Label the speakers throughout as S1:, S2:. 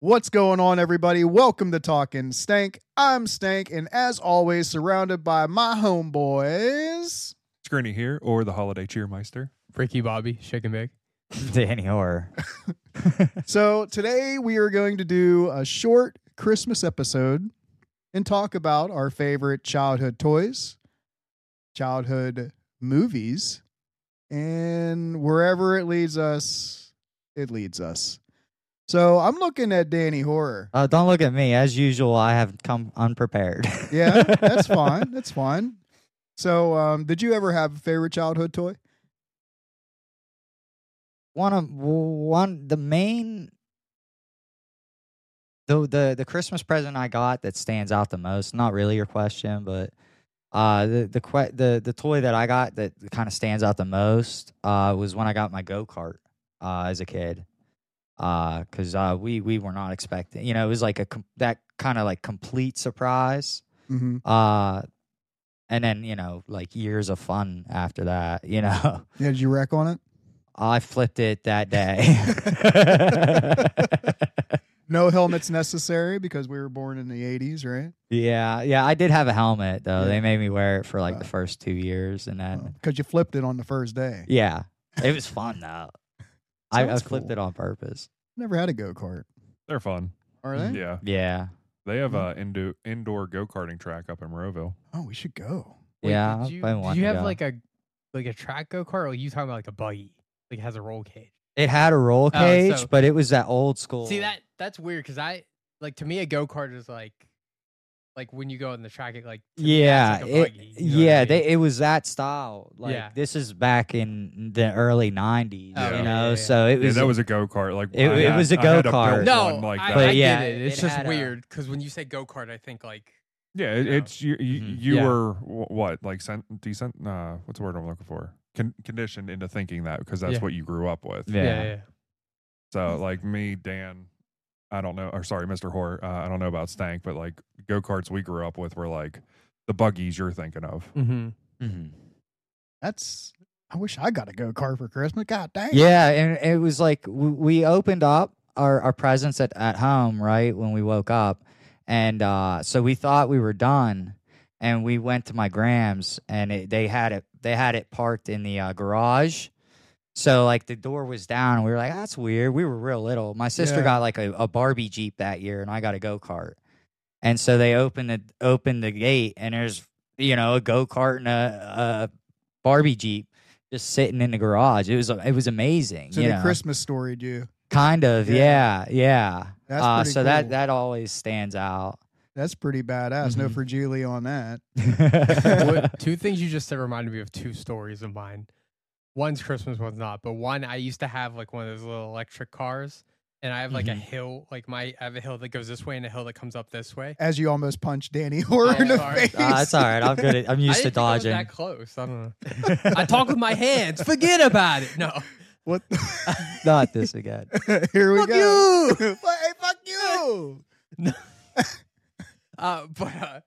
S1: What's going on, everybody? Welcome to Talking Stank. I'm Stank, and as always, surrounded by my homeboys.
S2: Screeny here, or the Holiday Cheermeister.
S3: Ricky Bobby, shake and bake.
S4: Danny Orr.
S1: So today we are going to do a short Christmas episode and talk about our favorite childhood toys, childhood movies, and wherever it leads us, it leads us. So I'm looking at Danny Horror.
S4: Uh, don't look at me. As usual, I have come unprepared.
S1: Yeah, that's fine. That's fine. So, um, did you ever have a favorite childhood toy?
S4: one of one the main the the the Christmas present I got that stands out the most. Not really your question, but uh the the que- the the toy that I got that kind of stands out the most uh was when I got my go kart uh as a kid. Uh, cause uh, we we were not expecting, you know, it was like a com- that kind of like complete surprise.
S1: Mm-hmm.
S4: Uh, and then you know, like years of fun after that. You know,
S1: Yeah, did you wreck on it?
S4: I flipped it that day.
S1: No helmets necessary because we were born in the 80s, right?
S4: yeah, yeah, I did have a helmet though.
S1: Yeah.
S4: They made me wear it for like the
S1: Wow.
S4: first two years, and
S3: Oh,
S4: then
S1: Because Oh, you flipped it on the first day.
S4: yeah, it was fun though. I, I
S1: Sounds
S4: flipped
S1: cool.
S4: it on purpose.
S1: Never had a go kart.
S2: They're fun.
S1: Are they?
S2: Yeah.
S4: Yeah,
S2: They
S4: Hmm.
S2: have a indo- indoor go karting track up in Moreauville.
S1: Oh, we should go.
S4: yeah.
S3: Did
S4: I've
S3: you,
S4: been
S3: did
S4: wanting
S3: you
S4: to
S3: have
S4: go.
S3: like a like a track go kart, or you talking about like a buggy? Like it has a roll cage.
S4: it had a roll
S3: Oh,
S4: cage,
S3: so-
S4: but it was that old school.
S3: See that that's weird because I like to me a go kart is like like when you go on the track it like to me,
S4: Yeah,
S3: that's like a
S4: it,
S3: buggy, you know what I
S4: yeah,
S3: mean?
S4: they, it was that style. Like
S3: Yeah.
S4: this is back in the early '90s,
S3: Oh,
S2: yeah,
S4: you know.
S3: yeah, yeah.
S4: So it
S2: Yeah,
S4: was
S2: that was a go kart. Like
S4: It-
S2: I
S4: it
S2: had-
S4: was a
S2: I had built
S4: go-kart.
S3: no
S2: one like
S3: I,
S2: that.
S4: But
S3: I
S4: yeah,
S3: get it.
S4: it
S3: It's just
S4: had a-
S3: weird because when you say go kart, I think like
S2: yeah, it,
S3: No.
S2: it's you. You,
S4: Mhm.
S2: you
S3: Yeah.
S2: were wh- what like sent decent. Uh, what's the word I'm looking for? Con- conditioned into thinking that because that's
S3: Yeah.
S2: what you grew up with.
S4: Yeah.
S2: So like me, Dan, I don't know, or sorry, Mr. Hoare, uh, I don't know about Stank, but like go karts we grew up with were like the buggies you're thinking of.
S3: Mm-hmm.
S4: Mhm.
S1: That's. I wish I got a go kart for Christmas. God dang.
S4: Yeah, and it was like w- we opened up our, our presents at, at home, right, when we woke up. And uh, so we thought we were done. And we went to my grams and it, they had it they had it parked in the uh, garage. So like the door was down and we were like, that's weird. We were real little. My sister
S1: Yeah.
S4: got like a, a Barbie Jeep that year and I got a go-kart. And so they opened the opened the gate and there's you know, a go-kart and a, a Barbie Jeep just sitting in the garage. It was it was amazing.
S1: So
S4: you
S1: the
S4: know?
S1: Christmas story, do
S4: Kind of,
S1: Yeah.
S4: yeah, yeah.
S1: That's
S4: uh,
S1: pretty
S4: so that
S1: cool.
S4: that always stands out.
S1: that's pretty badass. No
S4: Mhm.
S1: fragile on that.
S3: what, two things you just said reminded me of two stories of mine. One's Christmas, one's not. But one, I used to have like one of those little electric cars, and I have like a
S4: Mhm.
S3: hill, like my I have a hill that goes this way and a hill that comes up this way.
S1: As you almost punched Danny Horror
S3: Oh,
S1: in the
S3: sorry.
S1: face.
S4: Ah, it's all right. I'm good. At, I'm used
S3: I
S4: to
S3: didn't think I was
S4: dodging.
S3: that close. I don't know. I talk with my hands. Forget about it. No.
S1: What?
S4: Not this again.
S1: Here we
S3: Fuck
S1: go. You. hey, fuck you.
S3: Uh, but uh,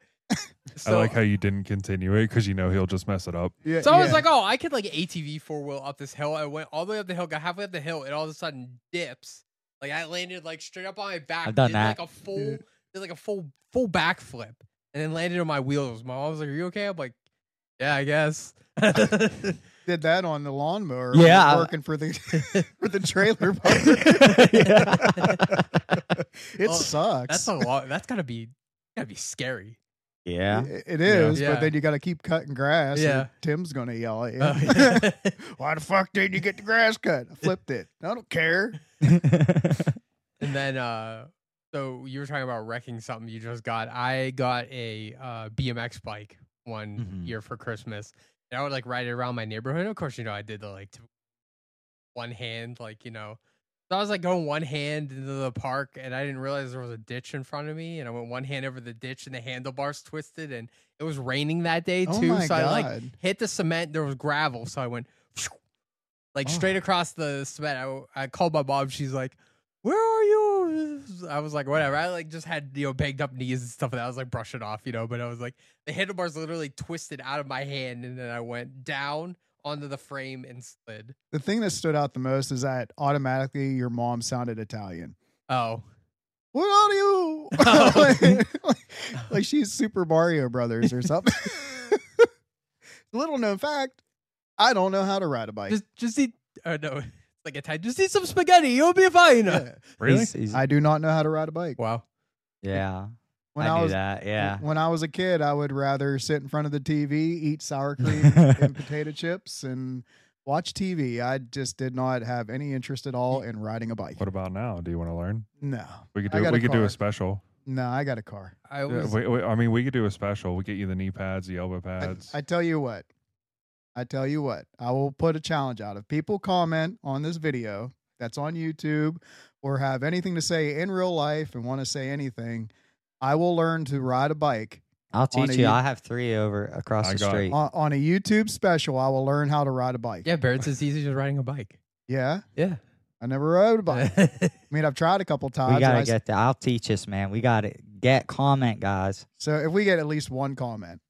S2: I like how you didn't continue it because you know he'll just mess it up.
S1: Yeah,
S3: So I was
S1: yeah.
S3: like, oh, I could like ATV four wheel up this hill. I went all the way up the hill, got halfway up the hill, and all of a sudden dips. Like I landed like straight up on my back.
S4: I've done
S3: did,
S4: that.
S3: Like a full, did like a full, full backflip, and then landed on my wheels. My mom was like, "Are you okay?" I'm like, "Yeah, I guess."
S1: did that on the lawnmower.
S4: Yeah,
S1: when
S4: I-
S1: we were working for the for the trailer park.
S4: yeah.
S1: It
S3: Oh,
S1: sucks.
S3: that's a lot. That's gotta be, gotta be scary.
S4: yeah.
S1: It- It is,
S3: Yeah.
S1: but then you got to keep cutting grass.
S3: Yeah.
S1: and Tim's gonna yell at you.
S3: Uh, yeah.
S1: Why the fuck did you get the grass cut? I flipped it. I don't care.
S3: and then, uh, so you were talking about wrecking something you just got. I got a uh, BMX bike one
S1: Mm-hmm.
S4: Mhm.
S3: year for Christmas, and I would like ride it around my neighborhood. Of course, you know I did the like typical one hand, like you know. So I was like going one hand into the park, and I didn't realize there was a ditch in front of me, and I went one hand over the ditch, and the handlebars twisted, and it was raining that day
S1: Oh
S3: too.
S1: my
S3: so
S1: god.
S3: I like hit the cement. There was gravel, so I went like
S1: Oh.
S3: straight across the cement. I, I called my mom. She's like, "Where are you?" I was like, "Whatever." I like just had you know banged up knees and stuff, and I was like brushing off, you know. But I was like, the handlebars literally twisted out of my hand, and then I went down onto the frame and slid.
S1: the thing that stood out the most is that automatically your mom sounded Italian.
S3: Oh,
S1: what are you? like, like she's Super Mario Brothers or something. Little known fact, I don't know how to ride a bike.
S3: Just, just eat. Oh no, it's like a Italian. Just eat some spaghetti. You'll be fine.
S1: Yeah.
S2: Really?
S4: He's- he's-
S1: I do not know how to ride a bike.
S3: Wow.
S4: yeah.
S1: When
S4: I,
S1: I,
S4: knew
S1: was
S4: that. Yeah.
S1: when I was a kid, I would rather sit in front of the TV, eat sour cream and potato chips, and watch TV. I just did not have any interest at all in riding a bike.
S2: What about now? Do you want to learn?
S1: No,
S2: We could
S1: I
S2: do.
S1: got a
S2: We could do
S1: car.
S2: a special.
S1: no, I got a car.
S3: I
S2: Yeah,
S3: was.
S2: we- we- I mean, we could do a special. We get you the knee pads, the elbow
S1: I,
S2: pads.
S1: I tell you what. I tell you what. I will put a challenge out. If people comment on this video that's on YouTube or have anything to say in real life and want to say anything, I will learn to ride a bike
S4: I'll
S1: on
S4: teach
S1: a
S4: you.
S1: U-
S4: I have three over across
S2: I
S4: the
S2: got-
S4: street.
S1: on, on a YouTube special. I will learn how to ride a bike.
S3: yeah, Barrett says he's just riding a bike.
S1: Yeah.
S3: Yeah.
S1: I never rode a bike. I mean, I've tried a couple times.
S4: We
S1: and I
S4: gotta
S1: s-
S4: get that. I'll teach us, man. We gotta get comment, guys.
S1: so if we get at least one comment,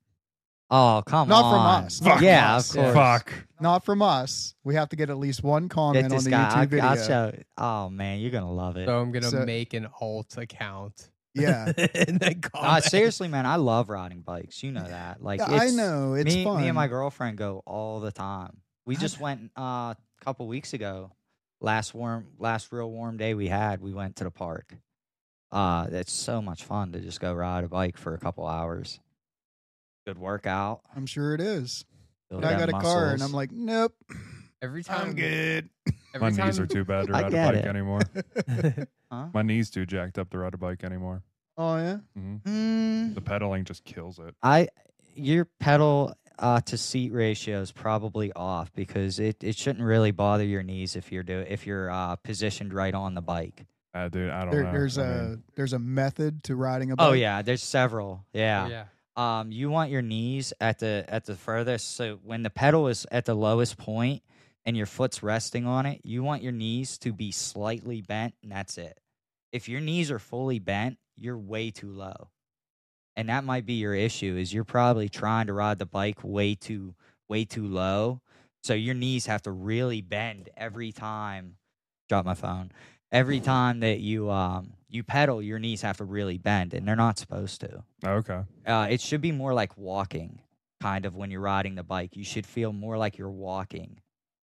S4: Oh, come
S1: Not
S4: on.
S1: from us. Not
S4: yeah,
S1: from
S4: of
S1: us.
S4: course.
S2: Fuck.
S1: not from us, we have to get at least one
S4: Get
S1: comment on
S4: this
S1: the
S4: guy.
S1: YouTube
S4: I,
S1: video.
S4: I'll show. Oh man, you're gonna love it.
S3: So I'm gonna
S1: So-
S3: make an alt account.
S1: yeah.
S3: and then call.
S4: Uh, seriously, man, I love riding bikes. You know that. Like,
S1: Oh, Yeah, I
S4: it's-
S1: know. It's
S4: me,
S1: fun.
S4: me and my girlfriend go all the time. We
S1: I
S4: just went uh, a couple weeks ago. Last warm, last real warm day we had, we went to the park. Uh, it's so much fun to just go ride a bike for a couple hours. Good workout.
S1: I'm sure it is.
S4: build
S1: But I
S4: up
S1: got a car and
S4: muscles.
S1: I'm like, nope. Um,
S3: Every time.
S1: I'm good.
S2: My
S3: Every time.
S2: knees are too bad to
S4: I
S2: ride a
S4: get
S2: bike
S4: it.
S2: anymore.
S4: Huh?
S2: My knees too jacked up to ride a bike anymore.
S1: Oh yeah.
S2: hmm
S4: Mm.
S2: The pedaling just kills it.
S4: I your pedal uh, to seat ratio is probably off because it, it shouldn't really bother your knees if you're do if you're uh, positioned right on the bike.
S2: Uh, dude, I don't
S1: There,
S2: know.
S1: there's
S2: I
S1: a
S2: mean,
S1: there's a method to riding a bike.
S4: Oh yeah, there's several.
S3: Oh,
S4: Yeah.
S3: yeah.
S4: Um, you want your knees at the at the furthest. So when the pedal is at the lowest point and your foot's resting on it, you want your knees to be slightly bent, and that's it. If your knees are fully bent, you're way too low, and that might be your issue. Is you're probably trying to ride the bike way too way too low, so your knees have to really bend every time. Drop my phone. Every time that you um you pedal, your knees have to really bend, and they're not supposed to
S2: Okay.
S4: uh, it should be more like walking kind of when you're riding the bike you should feel more like you're walking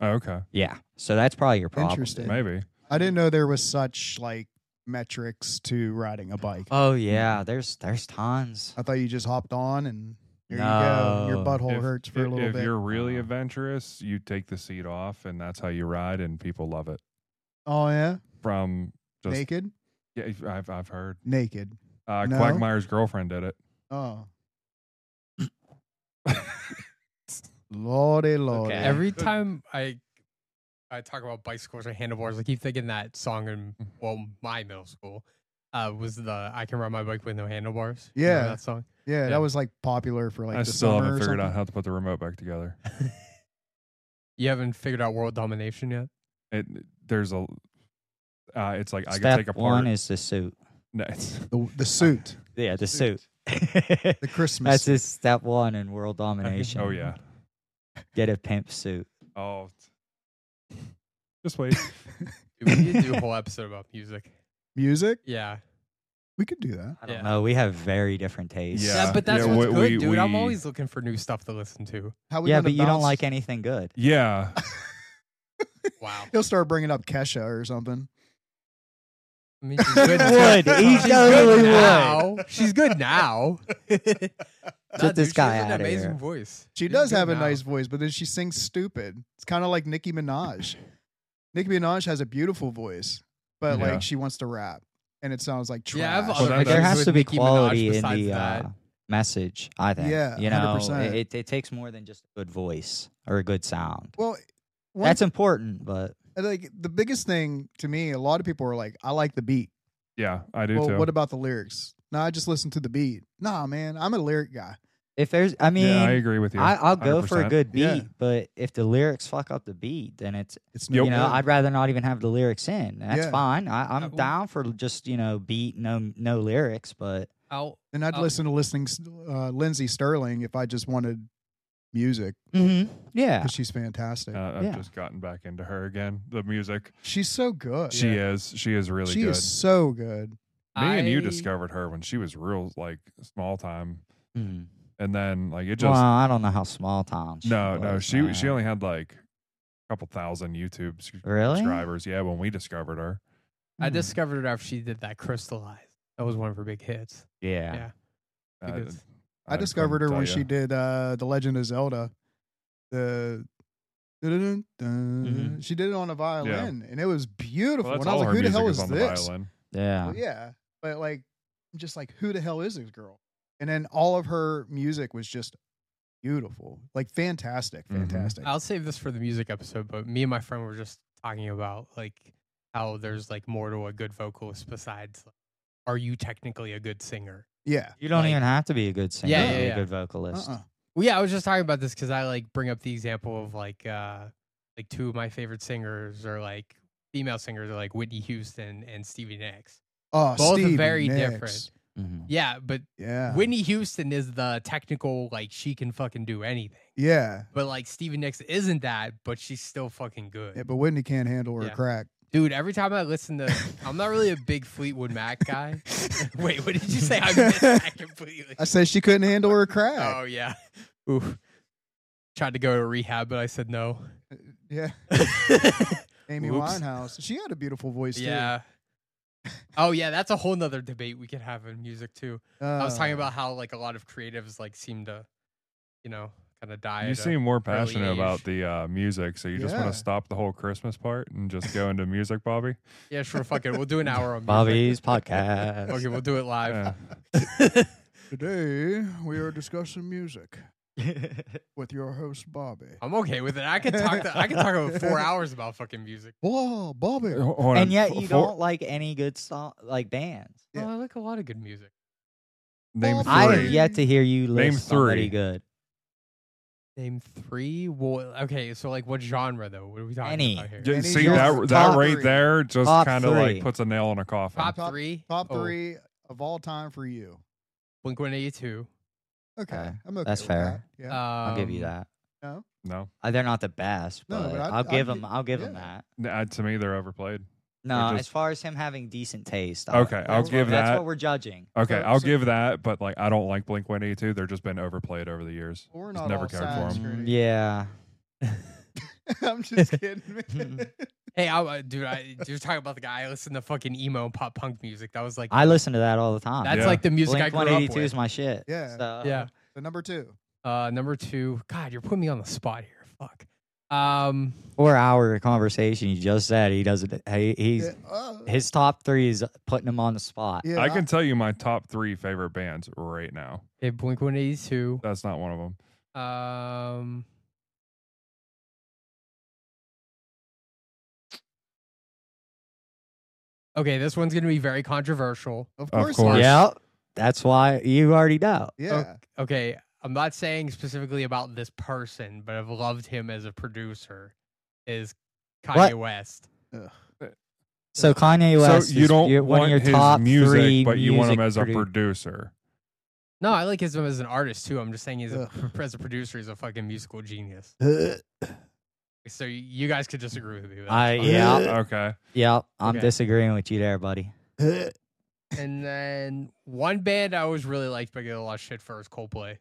S2: Okay.
S4: yeah so that's probably your problem
S1: Interesting.
S4: dude.
S2: Maybe.
S1: I didn't know there was such like metrics to riding a bike.
S4: oh yeah there's there's tons
S1: I thought you just hopped on and here you go. Your
S4: No.
S1: butthole
S2: If-
S1: hurts for
S2: if,
S1: a little
S2: if
S1: bit.
S2: you're really
S4: Uh,
S2: adventurous, you take the seat off, and that's how you ride, and people love it.
S1: Oh yeah.
S2: From just
S1: naked?
S2: yeah, I've I've heard.
S1: Naked.
S2: Uh,
S1: No.
S2: Quagmire's girlfriend did it.
S1: Oh. lordy lordy.
S4: Okay.
S3: Every time I I talk about bicycles or handlebars, I keep thinking that song in
S2: Mm.
S3: well my middle school uh, was the "I Can Ride My Bike with No Handlebars." You remember
S1: Yeah.
S3: that song.
S1: yeah,
S3: Yeah.
S1: that was like popular for like
S2: I
S1: the
S2: still
S1: summer
S2: haven't
S1: or
S2: figured out
S1: something.
S2: how to put the remote back together.
S3: You haven't figured out world domination yet.
S2: It there's a. Uh, it's like I can
S4: step
S2: take apart.
S4: one is the suit
S2: No, it's-
S1: the, the suit,
S4: yeah the
S1: Suit.
S4: suit,
S1: the Christmas.
S4: that's his step one in world domination
S2: oh yeah.
S4: get a pimp suit
S2: Oh. Just wait.
S3: Dude, we need to do a whole episode about music.
S1: music.
S3: Yeah,
S1: We could do that.
S4: i don't
S3: Yeah.
S4: know we have very different tastes
S2: Yeah.
S3: but that's
S2: Yeah,
S3: what's
S2: we-
S3: good,
S2: we-
S3: dude. I'm
S2: we-
S3: always looking for new stuff to listen to.
S1: How we
S4: yeah
S1: gonna
S4: but you don't
S1: bounce-
S4: like anything good
S2: yeah.
S3: Wow.
S1: He'll start bringing up Kesha or something.
S3: I mean, she's good.
S1: Would. He
S3: She's
S4: totally
S3: good
S4: would.
S3: now. She's good now. Get
S4: Get this guy
S3: She has an
S4: outta
S3: amazing
S4: here.
S3: voice.
S1: She
S3: She's
S1: does
S3: good
S1: have a
S3: now.
S1: nice voice, but then she sings stupid. It's kind of like Nicki Minaj. Nicki Minaj has a beautiful voice, but
S2: Yeah.
S1: like she wants to rap, and it sounds like trash.
S3: Yeah, I've
S2: Well,
S3: other
S2: that-
S4: there
S2: that's-
S4: has
S3: with
S4: to be
S3: Nicki Minaj
S4: quality in
S3: besides
S4: the
S3: that.
S4: uh, message i think
S1: Yeah,
S4: you know
S1: 100%.
S4: it, it takes more than just a good voice or a good sound
S1: well, one,
S4: that's important but
S1: like the biggest thing to me. A lot of people are like, "I like the beat."
S2: Yeah, I do
S1: well,
S2: too.
S1: what about the lyrics? No, I just listen to the beat. Nah, man, I'm a lyric guy.
S4: if there's i mean
S2: yeah, I agree with you.
S4: I, I'll go for a
S2: 100%.
S4: good beat,
S1: Yeah.
S4: but if the lyrics fuck up the beat, then it's
S1: It's
S2: Yep.
S1: no
S4: you know
S1: good.
S4: I'd rather not even have the lyrics in. That's
S1: Yeah.
S4: fine. I, I'm
S3: Uh, well-
S4: down for just you know beat no no lyrics, but
S3: I'll
S1: and I'd
S4: Oh.
S3: I'll-
S1: listen to listening uh, Lindsey Sterling if I just wanted music
S3: Mm-hmm.
S4: yeah,
S1: because she's fantastic.
S2: Uh, I've
S4: Yeah.
S2: just gotten back into her again. The music.
S1: she's so good.
S2: She is. She is really
S1: she
S2: good.
S1: is so good.
S2: Me and you
S3: I-
S2: discovered her when she was real like small time,
S4: Hmm.
S2: and then like it just
S4: well, I don't know how small town. She
S2: no
S4: was,
S2: no she she
S4: man.
S2: only had like a couple thousand YouTube s-
S4: really.
S2: subscribers. Yeah, when we discovered her,
S3: I
S4: Hmm.
S3: discovered it after she did that crystallize. That was one of her big hits.
S4: Yeah.
S3: Yeah.
S2: uh,
S3: Because-
S1: I discovered her
S2: couldn't
S1: when
S2: tell
S1: she
S2: ya.
S1: did uh, The Legend of Zelda. The dun-dun-dun, dun.
S4: Mhm.
S1: she did it on a violin, and it was beautiful.
S2: Well, that's
S1: and I
S2: all
S1: was like,
S2: her
S1: "Who the
S2: music
S1: hell
S2: is
S1: is
S2: on the
S1: this?"
S2: violin.
S4: Yeah.
S1: Well, yeah, but like, I'm just like, "Who the hell is this girl?" And then all of her music was just beautiful, like fantastic,
S2: Mhm.
S1: fantastic.
S3: I'll save this for the music episode, but me and my friend were just talking about like how there's like more to a good vocalist besides like, are you technically a good singer?
S1: Yeah.
S4: You don't
S3: Like-
S4: even have to be a good singer
S3: Yeah,
S4: to
S3: yeah,
S4: be
S3: yeah.
S4: a good vocalist.
S1: Uh-uh.
S3: Well, yeah, I was just talking about this because I like bring up the example of like uh like two of my favorite singers are like female singers are like Whitney Houston and Stevie Nicks.
S1: Oh,
S3: Both are
S1: Stevie
S3: very
S1: Nicks.
S3: different.
S4: Mhm.
S3: Yeah, but
S1: Yeah.
S3: Whitney Houston is the technical like she can fucking do anything.
S1: yeah.
S3: But like Stevie Nicks isn't that, but she's still fucking good.
S1: Yeah, but Whitney can't handle her
S3: Yeah.
S1: crack.
S3: Dude, every time I listen to, I'm not really a big Fleetwood Mac guy. Wait, what did you say? I missed that completely.
S1: I said she couldn't handle her crack.
S3: Oh yeah. Ooh. Tried to go to rehab, but I said no.
S1: Yeah. Amy
S3: Whoops.
S1: Winehouse. She had a beautiful voice
S3: yeah. Oh yeah, that's a whole nother debate we could have in music too.
S1: too.
S3: I was talking
S1: Uh,
S3: about how like a lot of creatives like seem to, you know, kind of die.
S2: You
S3: at a-
S2: seem more passionate about
S3: age.
S2: the uh, music, so you just want
S1: Yeah.
S2: to stop the whole Christmas part and just go into music, Bobby.
S3: yeah, sure, fuck it. We'll do an hour on music.
S4: Bobby's podcast.
S3: Okay, we'll do it live.
S2: Yeah.
S1: Today we are discussing music with your host Bobby.
S3: I'm okay with it. I could talk. To, I could talk about four hours about fucking music.
S1: Whoa, Bobby.
S2: Ho- hold on,
S4: and yet
S2: fo-
S4: you
S2: four-
S4: don't like any good song, like bands.
S1: Yeah.
S3: Oh, I like a lot of good music.
S2: name
S1: Bobby.
S2: three.
S4: I have yet to hear you list
S2: Name
S4: somebody
S2: three.
S4: good.
S3: Name three. Well, okay, so like what genre though? What are we talking
S4: Any.
S3: about here?
S2: Yeah,
S1: Any
S2: see
S1: genre.
S2: that that
S1: Top
S2: right
S1: three.
S2: there just
S4: Top
S2: kind of
S4: three.
S2: like puts a nail in a coffin.
S3: Top,
S1: Top-
S3: three. Oh,
S1: Top three of all time for you.
S3: Blink One Eighty Two.
S1: Okay,
S4: Okay,
S1: I'm okay.
S4: that's
S1: with
S4: fair.
S1: That.
S3: Uh,
S1: Yeah.
S4: I'll give
S3: Um,
S4: you that.
S2: no,
S4: Uh, they're not the best,
S1: No,
S4: but,
S1: but I'd-
S4: I'll
S1: I'd
S4: give
S1: gi-
S4: them. I'll give them
S1: yeah.
S4: that.
S2: N- uh, to me they're overplayed.
S4: No,
S2: just-
S4: as far as him having decent taste.
S2: Okay, I'll
S4: that's what-
S2: give
S4: That's
S2: that.
S4: what we're judging.
S2: Okay,
S1: So-
S2: I'll
S1: so-
S2: give that, but like I don't like Blink One Eighty Two. They're just been overplayed over the years.
S1: We're
S2: Just
S1: not
S2: never
S1: all
S2: cared for
S1: sides
S2: 'em.
S1: critics.
S4: Yeah.
S1: I'm just kidding. man.
S3: Hey, I, uh, dude, I, you're talking about the guy I listened to fucking emo and pop punk music. That was like
S4: I listen to that all the time.
S3: that's
S2: Yeah.
S3: like the music
S4: Ah, Blink
S3: I grew up
S4: 182
S3: with.
S4: is my shit.
S1: Yeah.
S4: So-
S3: Yeah.
S1: so number two.
S3: Uh, number two. God, you're putting me on the spot here. Fuck. Um,
S4: Four hour conversation. You just said he doesn't. He, he's
S1: Yeah, uh,
S4: his top three is putting him on the spot.
S1: yeah,
S2: I can tell you my top three favorite bands right now.
S3: hey, Blink One Eighty Two.
S2: That's not one of them.
S3: Um. Okay, this one's gonna be very controversial.
S1: Of
S2: Of
S1: course.
S2: course.
S1: it is.
S4: Yep. That's why you already know.
S1: Yeah.
S3: Okay, I'm not saying specifically about this person, but I've loved him as a producer. Is Kanye
S4: What?
S3: West?
S1: Ugh.
S4: So Kanye
S2: So
S4: West.
S2: you
S4: is
S2: don't
S4: your-
S2: want
S4: one of your
S2: his
S4: top
S2: music,
S4: three
S2: but you want him
S4: music
S2: as a
S4: produ-
S2: producer.
S3: No, I like his him as an artist too. I'm just saying he's a,
S1: Ugh.
S3: as a producer, he's a fucking musical genius.
S1: Uh,
S3: So y- you guys could disagree with me. but that's
S4: I
S3: fine.
S4: yeah
S2: Okay,
S4: yeah. I'm
S3: Okay.
S4: disagreeing with you there, buddy.
S1: uh,
S3: And then one band I always really liked, but I get a lot of shit for is Coldplay.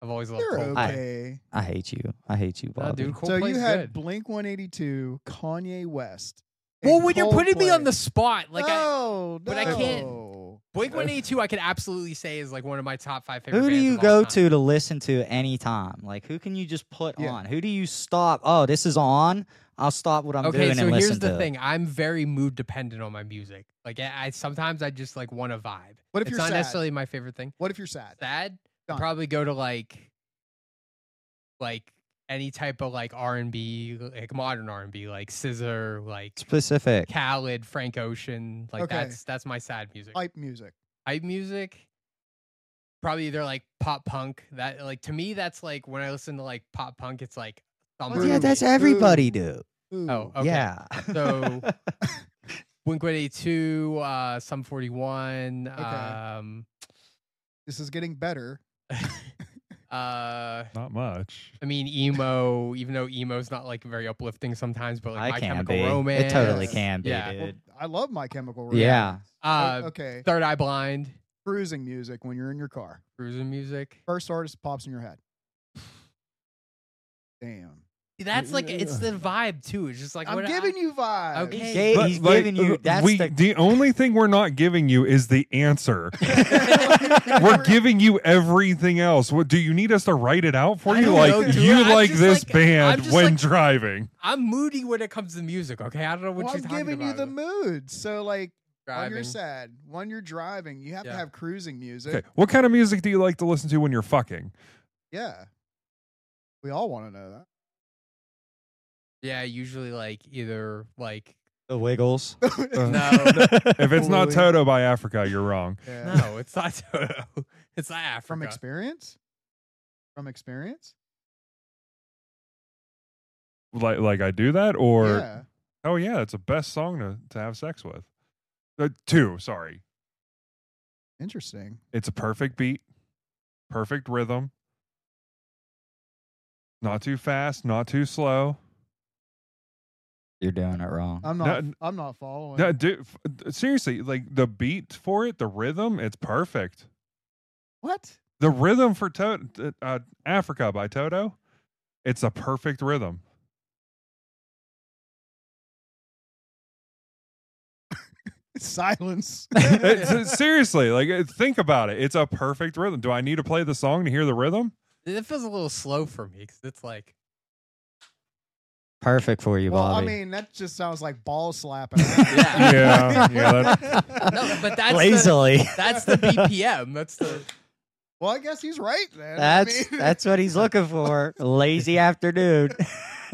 S3: I've always loved
S1: You're
S3: Coldplay.
S4: I-
S1: okay.
S4: I hate you. I hate you,
S3: Nah,
S4: Bobby.
S3: dude,
S1: so you
S3: Coldplay's
S1: had
S3: good.
S1: Blink 182, Kanye West.
S3: Well,
S1: and
S3: when you're putting me
S1: Coldplay.
S3: on
S1: Oh.
S3: the spot, like I,
S1: no,
S3: but I can't-
S1: no.
S3: Blink 182, I could absolutely say is like one of my top five favorite.
S4: who do
S3: bands
S4: you
S3: of all
S4: go
S3: time.
S4: to to listen to any time? Like, who can you just put
S1: Yeah.
S4: on? Who do you stop? Oh, this is on. I'll stop what I'm
S3: okay,
S4: doing
S3: so
S4: and
S3: here's
S4: listen
S3: the
S4: to it.
S3: thing: I'm very mood dependent on my music. Like I, I sometimes I just like want a vibe.
S1: What if
S3: it's
S1: you're
S3: not
S1: sad?
S3: necessarily my favorite thing.
S1: What if you're sad?
S3: Sad, I'd
S1: Done.
S3: probably go to like, like any type of like R and B, like modern R and B, like Scissor, like
S4: Specific.
S3: Khaled, Frank Ocean. Like
S1: Okay.
S3: that's that's my sad music.
S1: Hype music.
S3: hype music probably they're like pop punk that like to me that's like when i listen to like pop punk it's like
S1: Well,
S3: summer
S4: yeah,
S3: to
S4: that's
S3: me.
S1: Ooh.
S4: everybody do.
S1: Ooh.
S3: oh okay.
S4: Yeah.
S3: So- blink 182 uh sum 41
S1: Okay.
S3: um
S1: this is getting better.
S3: Uh,
S2: Not much.
S3: I mean, emo. Even though emo's not like very uplifting sometimes, but like
S4: I
S3: My
S4: can
S3: Chemical
S4: be.
S3: Romance.
S4: It totally
S1: Yes.
S4: can be,
S3: Yeah.
S1: Well,
S4: dude.
S1: I love My Chemical Romance.
S4: Yeah.
S1: Oh,
S3: Uh,
S1: okay.
S3: Third Eye Blind,
S1: Cruising music when you're in your car.
S3: cruising music.
S1: First artist pops in your head. Damn.
S3: That's like it's the vibe too. It's just like
S1: I'm
S3: what I-
S1: giving you vibes.
S4: He's,
S3: Okay.
S4: ga-
S2: But,
S4: he's
S2: like, uh,
S4: giving you. That's
S2: we,
S4: the.
S2: only thing we're not giving you is the answer. We're giving you everything else. What do you need us to write it out for
S3: I
S2: you?
S3: don't
S2: Like
S3: know, dude.
S2: you
S3: I'm
S2: like
S3: just
S2: this
S3: like- I'm
S2: band
S3: just
S2: when
S3: like-
S2: driving.
S3: I'm moody when it comes to music. Okay, I don't know what
S1: Well,
S3: you're
S1: I'm
S3: talking
S1: giving you
S3: about.
S1: the mood. So like when
S3: Driving.
S1: you're sad, when you're driving, you have
S3: Yeah.
S1: to have cruising music.
S2: Okay. What kind of music do you like to listen to when you're fucking?
S1: Yeah. We all want to know that.
S3: Yeah, usually like either like
S4: The Wiggles.
S3: no,
S2: If it's not
S1: Totally.
S2: Toto by Africa, you're wrong.
S1: Yeah.
S3: no, it's not Toto. It's not Africa.
S1: From experience? From experience?
S2: Like like I do that or
S1: yeah.
S2: oh yeah, it's the best song to, to have sex with. Uh, two, sorry.
S1: Interesting.
S2: It's a perfect beat, perfect rhythm. Not too fast, not too slow.
S4: You're doing it wrong.
S1: I'm not
S2: No,
S1: I'm not following.
S2: No, dude, f- d- seriously, like the beat for it, the rhythm, it's perfect.
S1: what?
S2: The rhythm for Toto, uh, Africa by Toto, it's a perfect rhythm.
S1: Silence.
S2: It's- uh, seriously, like uh, think about it. It's a perfect rhythm. Do I need to play the song to hear the rhythm?
S3: It feels a little slow for me because it's like
S4: Perfect for you,
S1: well,
S4: Bobby.
S1: I mean, that just sounds like ball slapping.
S3: Yeah.
S2: Yeah, yeah,
S3: No, but that's the-
S4: lazily.
S3: that's the BPM. That's the
S1: well, I guess he's right then. I
S4: That's
S1: mean,
S4: that's what he's looking for. Lazy afternoon.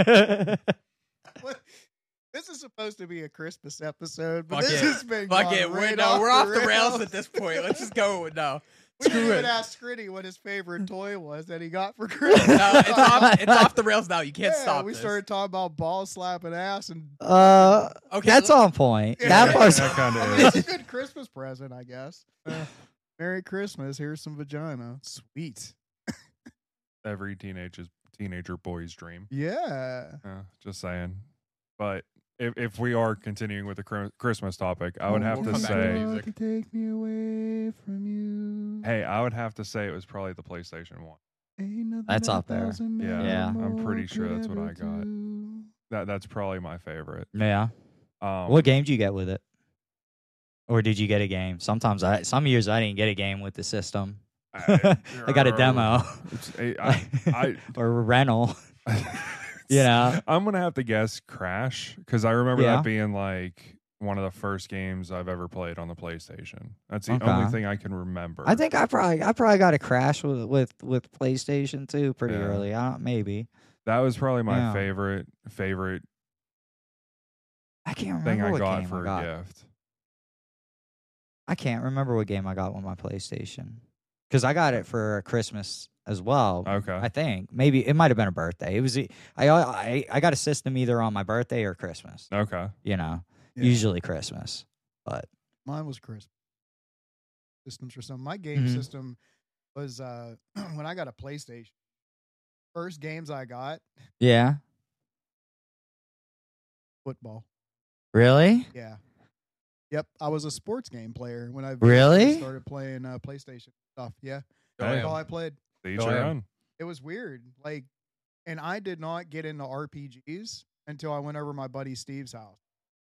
S1: what- this is supposed to be a Christmas episode, but
S3: Fuck
S1: this
S3: it.
S1: has been
S3: fuck
S1: gone
S3: it. We're,
S1: right
S3: no, we're off the rails.
S1: rails
S3: at this point. Let's just go with no.
S1: We
S3: Screw
S1: didn't even
S3: it.
S1: ask Scritty what his favorite toy was that he got for Christmas.
S3: No, it's off, it's off the rails now. You can't
S1: Yeah,
S3: stop.
S1: We
S3: this.
S1: started talking about ball slapping ass, and
S4: uh,
S3: Okay,
S4: that's
S3: let-
S4: on point.
S1: Yeah.
S4: That part's
S2: That
S1: I
S2: kinda
S1: mean,
S2: is.
S1: it's a good Christmas present, I guess. Uh, Merry Christmas. Here's some vagina. Sweet.
S2: Every teenager's teenager boy's dream.
S1: Yeah.
S2: Uh, just saying. But if if we are continuing with the Chri- Christmas topic, I would have to
S3: We'll come back to
S2: say,
S3: you.
S1: Lord, take me away from you.
S2: hey, I would have to say it was probably the PlayStation One.
S1: Ain't nothing
S4: That's
S1: a
S4: up there.
S1: thousand
S2: Yeah,
S1: mile
S4: Yeah.
S2: I'm pretty
S1: more
S2: sure
S1: could
S2: that's what
S1: ever
S2: I got.
S1: do.
S2: That that's probably my favorite.
S4: yeah.
S2: Um,
S4: What game did you get with it? Or did you get a game? Sometimes I some years I didn't get a game with the system. I, got a demo.
S2: It's- I- I- I-
S4: or a rental. You know.
S2: I'm gonna have to guess Crash because I remember
S4: Yeah.
S2: that being like one of the first games I've ever played on the PlayStation. That's the
S4: Okay.
S2: only thing I can remember.
S4: I think I probably I probably got a crash with with, with PlayStation 2 pretty
S2: Yeah.
S4: early. I don't, maybe.
S2: that was probably my
S4: Yeah.
S2: favorite favorite
S4: I can't remember
S2: thing I
S4: what
S2: got
S4: game
S2: for
S4: I got.
S2: a gift.
S4: I can't remember what game I got with my PlayStation because I got it for Christmas as well.
S2: Okay.
S4: I think maybe it might have been a birthday. It was e- I I I got a system either on my birthday or Christmas.
S2: okay.
S4: You know,
S1: Yeah.
S4: usually Christmas. But
S1: Mine was crisp. Systems or something. My game
S4: Mhm.
S1: system was uh when I got a PlayStation. First games I got
S4: yeah,
S1: football.
S4: really,
S1: Yeah. Yep, I was a sports game player when I
S4: Really?
S1: started playing uh, PlayStation stuff. Yeah, that's all
S3: Damn.
S1: I played.
S2: To each
S3: Go
S2: their
S3: ahead.
S2: own.
S1: It was weird, like, and I did not get into RPGs until I went over to my buddy Steve's house,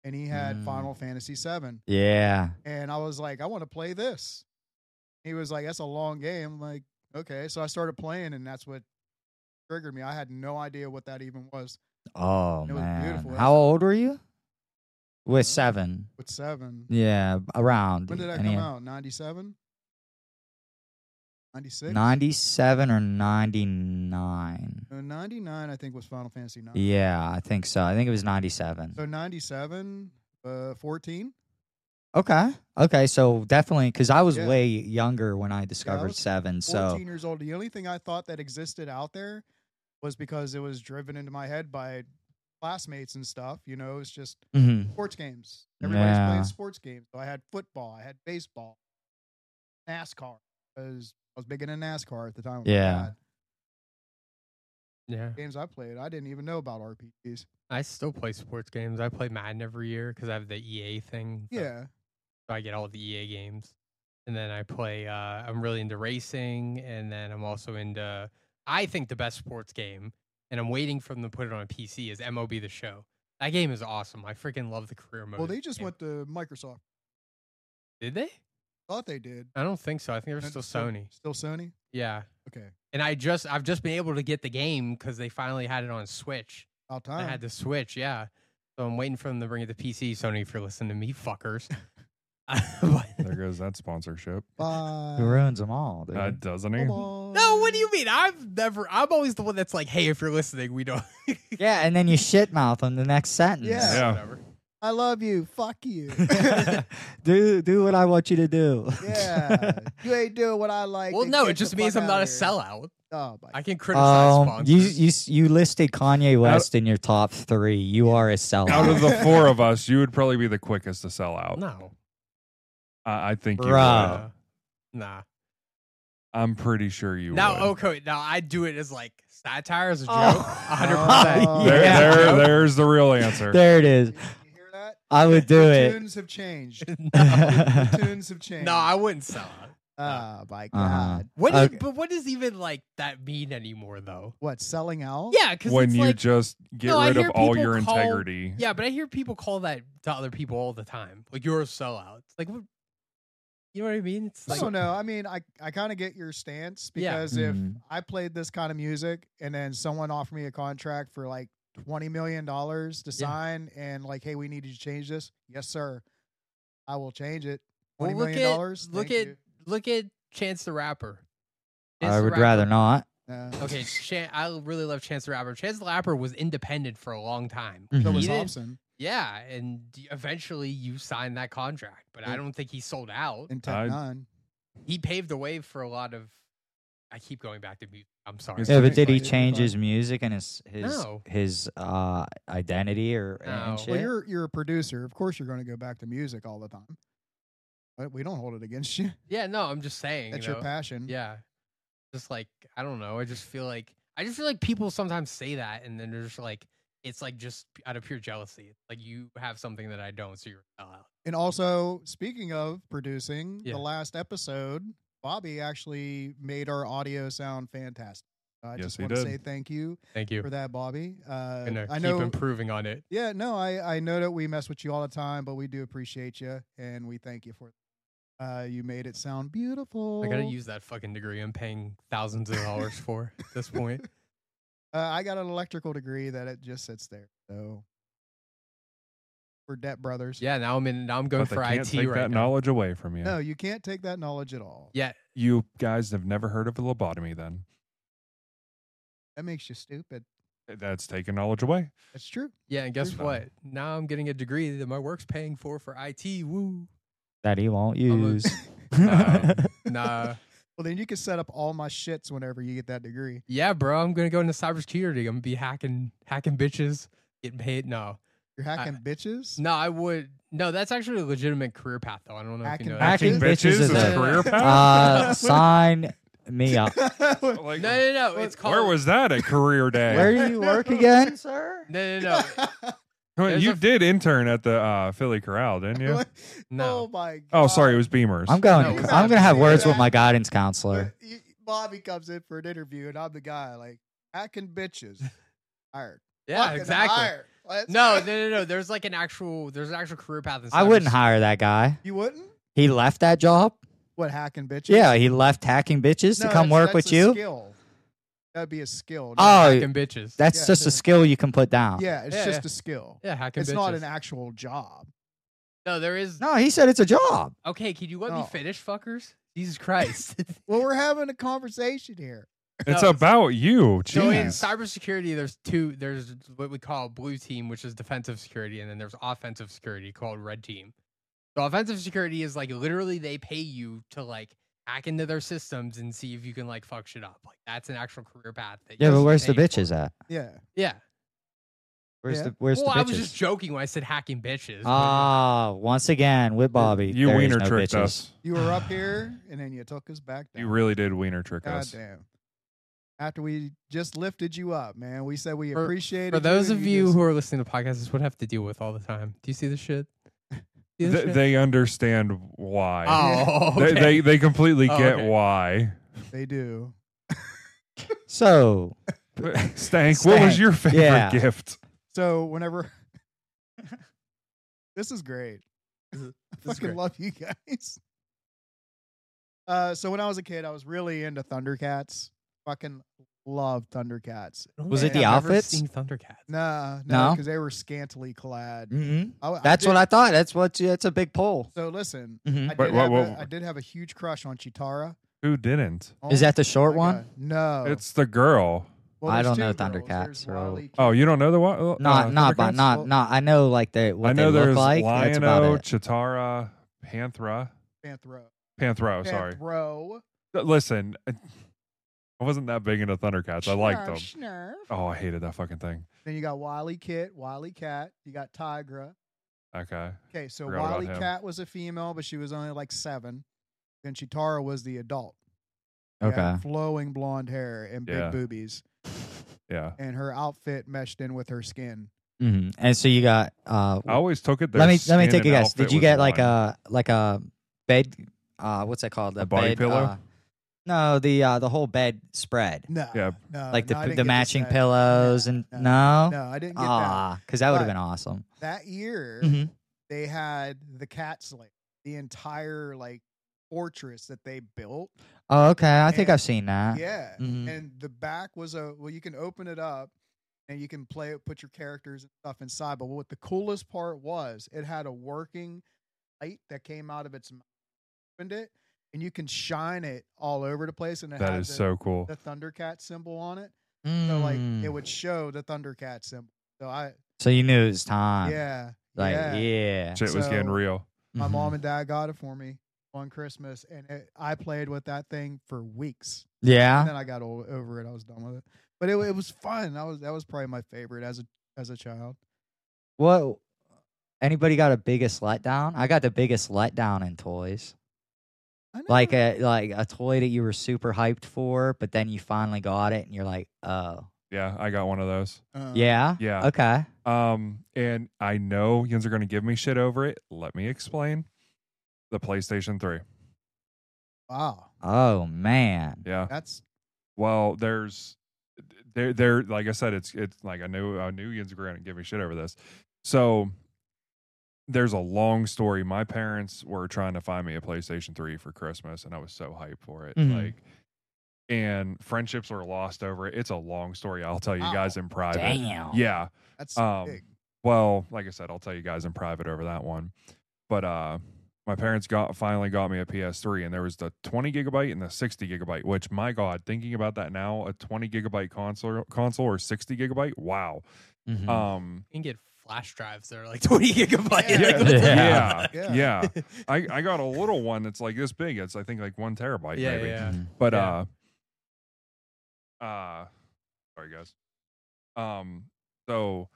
S1: and he had
S4: Mm.
S1: Final Fantasy VII,
S4: yeah,
S1: and I was like, I want to play this. He was like, That's a long game. I'm like, okay, so I started playing, and that's what triggered me. I had no idea what that even was.
S4: oh
S1: It was
S4: man,
S1: beautiful,
S4: how
S1: wasn't it?
S4: old were you? With seven,
S1: With seven,
S4: yeah, around.
S1: when did that
S4: any-
S1: come out? Ninety seven. Ninety six.
S4: 97 or 99.
S1: No, 99, I think, was Final Fantasy 9.
S4: Yeah, I think so. I think it was 97.
S1: So 97, uh, 14.
S4: Okay. Okay. So definitely, because I was
S1: Yeah.
S4: way younger when I discovered
S1: was
S4: Seven.
S1: 14
S4: So
S1: years old. The only thing I thought that existed out there was because it was driven into my head by classmates and stuff. You know, it's just
S4: Mhm.
S1: sports games. Everybody's
S4: Yeah.
S1: playing sports games. So I had football, I had baseball, NASCAR, because I was big into NASCAR at the time. with my
S4: Yeah.
S1: dad.
S3: Yeah.
S1: Games I played, I didn't even know about RPGs.
S3: I still play sports games. I play Madden every year because I have the EA thing. so-
S1: Yeah.
S3: So I get all the EA games. And then I play, uh, I'm really into racing. And then I'm also into, I think the best sports game, and I'm waiting for them to put it on a PC, is MOB The Show. That game is awesome. I freaking love the career mode.
S1: Well,
S3: of
S1: they
S3: that
S1: just
S3: game.
S1: went to Microsoft.
S3: Did they?
S1: Thought they did.
S3: I don't think so. I think they're
S1: And
S3: still Sony.
S1: Still Sony.
S3: Yeah.
S1: Okay.
S3: And I just, I've just been able to get the game because they finally had it on Switch.
S1: About
S3: I
S1: time.
S3: had the Switch, yeah. So I'm waiting for them to bring it to PC. Sony, if you're listening to me, fuckers.
S2: There goes that sponsorship.
S1: Bye.
S4: Who ruins them all, dude?
S2: Uh, doesn't he?
S1: Come on.
S3: no, what do you mean? I've never. I'm always the one that's like, "Hey, if you're listening, we don't."
S4: yeah, and then you shitmouth on the next sentence.
S1: Yeah.
S2: Yeah.
S3: Whatever.
S1: I love you. Fuck you.
S4: do do what I want you to do.
S1: yeah. You ain't doing what I like.
S3: well,
S1: then
S3: no,
S1: get
S3: it
S1: the
S3: just means
S1: fuck
S3: I'm not a
S1: outta here.
S3: sellout.
S1: Oh, my.
S3: I can criticize
S4: Um, you
S3: sponsors.
S4: you s- you listed Kanye West in your top three. You are a
S2: Out
S4: sellout,
S2: of the four of us, you would probably be the quickest to sell out.
S3: no,
S2: I, I think you
S4: Bruh.
S2: would.
S4: Uh,
S3: nah.
S2: I'm pretty sure you would.
S3: Now, okay, now I do it as like satire as a joke,
S4: Oh.
S3: hundred
S1: Oh,
S3: percent.
S2: There,
S4: Yeah.
S2: there, there's the real answer.
S4: there it is.
S1: You hear that?
S4: I would do
S1: The
S4: it.
S1: tunes have changed.
S4: no,
S1: The tunes have changed.
S3: No, I wouldn't sell out.
S1: Oh, my
S4: Uh-huh.
S1: God.
S3: What? is-
S4: Okay.
S3: but what does even like that mean anymore, though?
S1: What, selling out?
S3: Yeah, because
S2: when
S3: it's
S2: you
S3: like,
S2: just get
S3: No, I
S2: rid
S3: hear
S2: of all
S3: people
S2: your
S3: call-
S2: integrity.
S3: Yeah, but I hear people call that to other people all the time. Like you're a sellout. It's like, what, you know what I mean? It's
S1: I
S3: like,
S1: don't know. I mean, I, I kind of get your stance
S3: Yeah.
S1: because if
S4: Mhm.
S1: I played this kind of music and then someone offered me a contract for like $20 million to sign and like, hey, we need you to change this. Yes, sir. I will change it.
S3: Well,
S1: Twenty
S3: look
S1: million
S3: at-
S1: dollars.
S3: look
S1: Thank
S3: at- look at Chance the Rapper. Chance
S4: I
S3: the
S4: would
S3: Rapper-
S4: rather not.
S1: you. Uh,
S3: Okay, Chan- I really love Chance the Rapper. Chance the Rapper was independent for a long time.
S1: So
S4: Mhm.
S1: was
S3: He didn't-
S1: Hobson
S3: Yeah, and y- eventually you signed that contract, but I
S1: Yeah.
S3: don't think he sold out.
S1: in Tech
S2: I-
S1: Nine.
S3: He paved the way for a lot of. I keep going back to music. I'm sorry.
S2: It's
S4: Yeah, but
S2: It's
S4: did he
S1: like-
S4: change his music and his his
S3: No.
S4: his uh, identity or
S3: No.
S4: and shit?
S1: Well, you're you're a producer. Of course, you're going to go back to music all the time. But we don't hold it against you.
S3: Yeah, no, I'm just saying.
S1: That's
S3: you
S1: your
S3: know?
S1: passion.
S3: Yeah. Just like I don't know. I just feel like I just feel like people sometimes say that and then they're just like it's like just p- out of pure jealousy. It's Like you have something that I don't, so you're a sellout.
S1: And also, speaking of producing,
S3: Yeah.
S1: the last episode, Bobby actually made our audio sound fantastic. I
S2: Yes,
S1: just
S2: he
S1: want to
S2: did.
S1: say thank you
S3: Thank you.
S1: for that, Bobby. Uh,
S3: Gonna
S1: I
S3: keep
S1: know.
S3: improving on it.
S1: yeah, no, I, I know that we mess with you all the time, but we do appreciate you and we thank you for it. Uh, you made it sound beautiful.
S3: I gotta use that fucking degree I'm paying thousands of dollars for at this point.
S1: Uh, I got an electrical degree that it just sits there. So we're debt brothers.
S3: Yeah, now I'm in now I'm going
S2: But they
S3: for
S2: can't
S3: IT
S2: take
S3: right
S2: that
S3: now.
S2: knowledge away from you.
S1: No, you can't take that knowledge at all.
S3: Yeah.
S2: You guys have never heard of a lobotomy then.
S1: That makes you stupid.
S2: That's taking knowledge away.
S1: That's true.
S3: Yeah, and guess
S2: Here's-
S3: what? Now I'm getting a degree that my work's paying for for IT. Woo.
S4: that he won't
S3: a-
S4: use.
S2: Uh,
S3: Nah.
S1: Well, then you can set up all my shits whenever you get that degree.
S3: yeah, bro, I'm gonna go into cybersecurity. I'm gonna be hacking hacking bitches, getting paid. No.
S1: You're hacking bitches.
S3: No, I would. No, that's actually a legitimate career path, though. I don't know
S1: Hacking
S3: if you know.
S1: back
S3: that.
S4: Hacking
S2: Hacking
S4: bitches
S2: bitches
S4: is
S2: is a
S3: a-
S2: career
S4: uh,
S2: path.
S4: sign me up.
S2: Like,
S3: No, no, no. It's called.
S2: where was that at career day?
S4: Where do you work again, sir?
S3: No, no, no.
S2: Come on,
S3: There's
S2: you
S3: a-
S2: did intern at the uh, Philly Corral, didn't you?
S1: What?
S3: No.
S1: Oh my. God.
S2: Oh, sorry, it was Beamers.
S4: I'm going.
S3: No,
S4: to,
S3: we're
S4: c-
S3: not
S4: I'm going to have
S1: doing
S4: words with
S1: that.
S4: my guidance counselor.
S1: You- Bobby comes in for an interview, and I'm the guy like hacking bitches. Hired.
S3: Yeah,
S1: Fucking
S3: exactly.
S1: hired. Let's
S3: No, no,
S1: go.
S3: no, no. There's like an actual. There's an actual career path. In
S4: I wouldn't
S3: cybersec-
S4: hire that guy.
S1: you wouldn't.
S4: He left that job.
S1: What hacking bitches?
S4: Yeah, he left hacking bitches
S1: No,
S4: to come
S1: that's-
S4: work
S1: that's
S4: with
S1: a
S4: you.
S1: Skill. That'd be a skill.
S4: Oh,
S3: Hacking bitches.
S4: That's
S1: Yeah,
S4: just
S1: yeah.
S4: a skill you can put down.
S1: yeah, it's
S3: Yeah,
S1: just
S3: yeah.
S1: a skill.
S3: yeah, hacking
S1: It's
S3: bitches.
S1: not an actual job.
S3: no, there is.
S4: No, he said it's a job.
S3: Okay, can you let
S1: No.
S3: me finish, fuckers? Jesus Christ.
S1: Well, we're having a conversation here.
S2: it's
S3: No.
S2: about you.
S3: so in
S2: Jeez.
S3: cybersecurity, there's two. There's what we call blue team, which is defensive security, and then there's offensive security called red team. So offensive security is like literally they pay you to like hack into their systems and see if you can like fuck shit up. Like that's an actual career path. That
S4: Yeah,
S3: you
S4: but
S3: get
S4: where's the
S3: paid for.
S4: bitches at?
S1: Yeah.
S3: Yeah.
S4: Where's
S1: Yeah.
S4: the Where's
S3: well,
S4: the
S3: I
S4: bitches?
S3: was just joking when I said hacking bitches. but-
S4: Ah, once again with Bobby.
S2: you
S4: there is
S2: wiener
S4: no
S2: tricked
S4: bitches.
S2: us.
S1: You were up here and then you took us back down.
S2: You really did wiener trick
S1: God
S2: us.
S1: damn. after we just lifted you up, man. We said we
S3: For-
S1: appreciate
S3: For
S1: it.
S3: those of you who are listening to podcasts, this would have to deal with all the time. Do you see this shit? See this
S2: Th-
S3: shit?
S2: they understand why.
S3: oh,
S2: They-
S3: okay.
S2: they, they completely
S3: Oh,
S2: get
S3: okay.
S2: why.
S1: they do.
S4: So
S2: Stank, what was
S4: Stank,
S2: your favorite
S4: yeah.
S2: gift?
S1: So whenever this is great. I
S3: This is
S1: fucking
S3: great.
S1: love you guys. Uh, so when I was a kid, I was really into Thundercats. Fucking love Thundercats.
S3: I don't
S1: Was
S3: think
S1: it the
S3: I've ever
S4: outfits?
S3: Seen Thundercats.
S1: Nah, no,
S4: No?
S1: because they were scantily clad.
S4: mhm.
S1: I-
S4: that's what
S1: did-
S4: I thought. That's what. That's a big poll.
S1: So listen,
S4: Mhm.
S1: I did,
S2: Wait, whoa,
S1: have
S2: whoa.
S1: A, I did have a huge crush on Chitara.
S2: Who didn't?
S1: Oh
S4: Is that the
S1: my
S4: short one?
S1: God. No,
S3: Oh.
S2: It's the girl.
S1: Well,
S4: I
S1: there's
S4: don't know
S1: two girls.
S4: Thundercats,
S1: There's
S4: so-
S1: Wily
S2: Oh, you don't know the one?
S4: Not not by
S1: Thundercats?
S4: not not. I know like the what
S2: I know
S4: they
S2: there's
S4: look like. That's about
S2: Lion-O,
S4: it.
S2: Chitara, Panthra.
S1: Panthro.
S2: Panthro, oh, sorry.
S1: Panthro.
S2: Th- Listen, I I wasn't that big into Thundercats. I liked them.
S1: Snarf, snarf.
S2: Oh, I hated that fucking thing.
S1: Then you got Wily Kit, Wily Cat. You got Tigra.
S2: Okay.
S1: Okay, so
S2: Forgot about
S1: Wily
S2: him.
S1: Cat was a female, but she was only like seven. Then Chitara was the adult. She had
S4: Okay.
S1: flowing blonde hair and big
S2: Yeah.
S1: boobies,
S2: Yeah.
S1: and her outfit meshed in with her skin.
S4: hmm And so you got. Uh,
S2: I always took it.
S4: let
S2: their
S4: me let me
S2: skin
S4: take a
S2: and
S4: guess.
S2: outfit
S4: Did you
S2: was
S4: get like
S2: one.
S4: a like a bed? Uh, what's that called?
S2: A body
S4: bed,
S2: pillow?
S4: uh, no, the uh, the whole bed spread,
S1: No,
S2: Yeah.
S1: no,
S4: like the
S1: no, I
S4: p-
S1: didn't
S4: the
S1: get this
S4: matching
S1: set.
S4: pillows,
S1: No,
S4: and
S1: no,
S4: no,
S1: No, I didn't get that.
S4: ah, because that would have
S1: But-
S4: been awesome.
S1: That year,
S4: hmm
S1: they had the cat slate, the entire like fortress that they built.
S4: Oh, okay. I think
S1: And-
S4: I've seen
S2: Ah,
S4: that.
S1: Yeah.
S2: mm-hmm.
S4: Mhm.
S1: And the back was a well, you can open it up and you can play it, put your characters and stuff inside. But what the coolest part was, it had a working light that came out of its mouth, opened it, and you can shine it all over the place. And it
S2: That
S1: had
S2: is
S1: the,
S2: so cool. Mm.
S1: the Thundercat symbol on it. So like it would show the Thundercat symbol. So I
S4: Mm. So you knew it was time.
S1: yeah.
S4: Like
S1: yeah.
S4: yeah.
S2: Shit was getting
S1: So-
S2: real.
S1: My
S4: Mhm.
S2: Mm-hmm.
S1: mom and dad got it for me on Christmas and it, I played with that thing for weeks. and
S4: Yeah.
S1: then I got o- over it. I was done with it. But it, wa- it was fun. That was that was probably my favorite as a as a child.
S4: What? Anybody got a biggest letdown? I got the biggest letdown in toys.
S1: I know.
S4: Like
S2: uh,
S4: a like a toy that you were super hyped for, but then you finally got it, and you're like, oh,
S2: Yeah, I got one of those.
S1: Uh,
S4: yeah,
S2: Uh, Yeah.
S4: okay.
S2: Um, and I know yins are going to give me shit over it. Let me explain. The PlayStation 3.
S1: Wow.
S4: Oh man.
S2: Yeah.
S1: That's
S2: Well, there's there there like I said, it's it's like I knew I knew yins were going to give me shit over this. So there's a long story. My parents were trying to find me a PlayStation 3 for Christmas, and I was so hyped for it.
S4: Mhm.
S2: Like, and friendships were lost over it. It's a long story. I'll tell you guys in private.
S4: Damn.
S2: Yeah.
S1: that's
S2: Um,
S1: big.
S2: well, like I said, I'll tell you guys in private over that one. But uh my parents got finally got me a PS3 and there was the 20 gigabyte and the 60 gigabyte, which my god, thinking about that now, a 20 gigabyte console console or 60 gigabyte, wow.
S4: Mhm.
S2: Um
S3: You can get flash drives that are like 20 gigabyte.
S1: Yeah.
S3: Like,
S2: yeah,
S3: what the
S2: yeah,
S1: Yeah.
S2: yeah. I, I got a little one that's like this big. It's I think like one terabyte
S3: Yeah,
S2: maybe.
S3: yeah.
S4: Mhm.
S2: But
S3: Yeah.
S2: uh uh sorry guys. Um so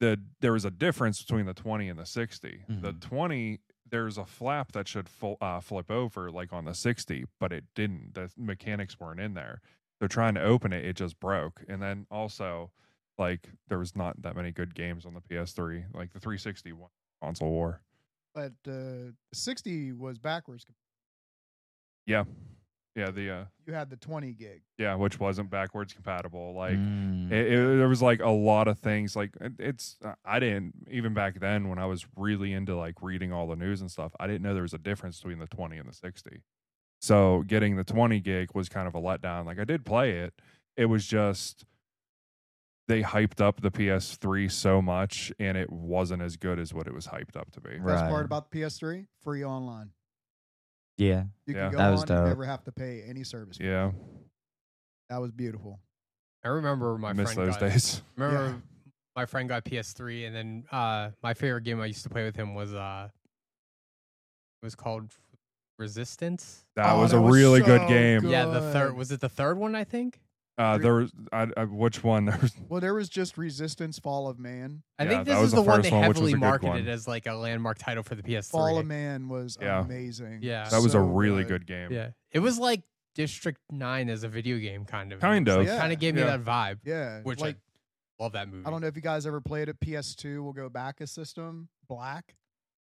S2: the there was a difference between the 20 and the 60. The
S4: Mhm.
S2: 20 there's a flap that should fl- uh, flip over like on the 60, but it didn't. The mechanics weren't in there. They're trying to open it, it just broke. And then also like there was not that many good games on the PS3, like the 360 won console war.
S1: But uh, sixty was backwards.
S2: Yeah. Yeah, the uh
S1: You had the twenty gig.
S2: yeah, which wasn't backwards compatible like
S4: Mm.
S2: It, it, there was like a lot of things. Like it- it's, uh, I didn't even back then when I was really into like reading all the news and stuff. I didn't know there was a difference between the twenty and the sixty. So getting the twenty gig was kind of a letdown. Like I did play it. It was just they hyped up the PS3 so much, and it wasn't as good as what it was hyped up to be.
S1: Best
S4: Right.
S1: part about the PS3, free online.
S4: yeah.
S1: You
S2: Yeah.
S1: can go
S4: That
S1: on
S4: was
S1: and
S4: dope.
S1: never have to pay any service. fee.
S2: Yeah,
S1: That was beautiful.
S3: I remember my
S2: I miss
S3: friend
S2: those
S3: got,
S2: days.
S3: Remember my friend got PS3, and then uh, my favorite game I used to play with him was uh, it was called Resistance.
S2: That
S1: Oh,
S2: was
S1: that
S2: a
S1: was
S2: really
S1: so
S2: good game.
S1: good.
S3: Yeah, the
S1: Good.
S3: third was it the third one I think.
S2: Uh, there was I, I, which one? There was
S1: Well, there was just Resistance, Fall of Man.
S3: I
S2: Yeah,
S3: think
S2: that
S3: this
S2: was
S3: is
S2: the
S3: the, one
S2: first
S3: they
S2: one, which was
S3: heavily
S2: a good
S3: marketed
S2: one.
S3: as like a landmark title for the PS3.
S1: Fall of Man was
S2: Yeah.
S1: amazing.
S3: Yeah.
S2: that was a
S1: So
S2: really good, game.
S3: Yeah, it was like District Nine as a video game, kind of.
S2: Kind of.
S1: Yeah.
S3: Kind of gave me
S2: Yeah.
S3: that vibe,
S1: Yeah.
S3: which
S1: like
S3: I love that movie.
S1: I don't know if you guys ever played it. PS2 will go back a system. Black.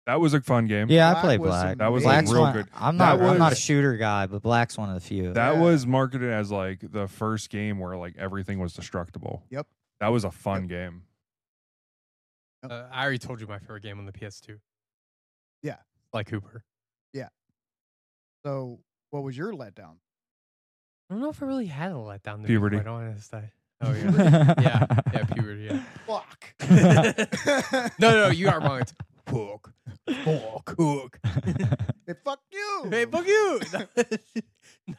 S2: That was a fun game.
S4: Yeah, I
S1: Black
S4: play
S1: was
S4: Black.
S2: That was a
S4: Black's
S1: amazing.
S2: real
S4: one,
S2: good-
S4: I'm
S2: That
S4: not. I'm not a
S2: was-
S4: shooter guy, but Black's one of the few.
S2: That
S1: Yeah.
S2: was marketed as like the first game where like everything was destructible.
S1: Yep.
S2: That was a fun game.
S3: Uh, I already told you my favorite game on the PS2.
S1: Yeah.
S3: Like Hooper.
S1: So what was your letdown?
S3: I don't know if I really had a letdown. To
S2: Puberty.
S3: Be quite honest. I, oh yeah. yeah. Yeah. Puberty. Yeah.
S1: Fuck.
S3: No, no, you are wrong. It's Hook. Hook. Hook.
S1: Hey, fuck you.
S3: Hey, fuck you.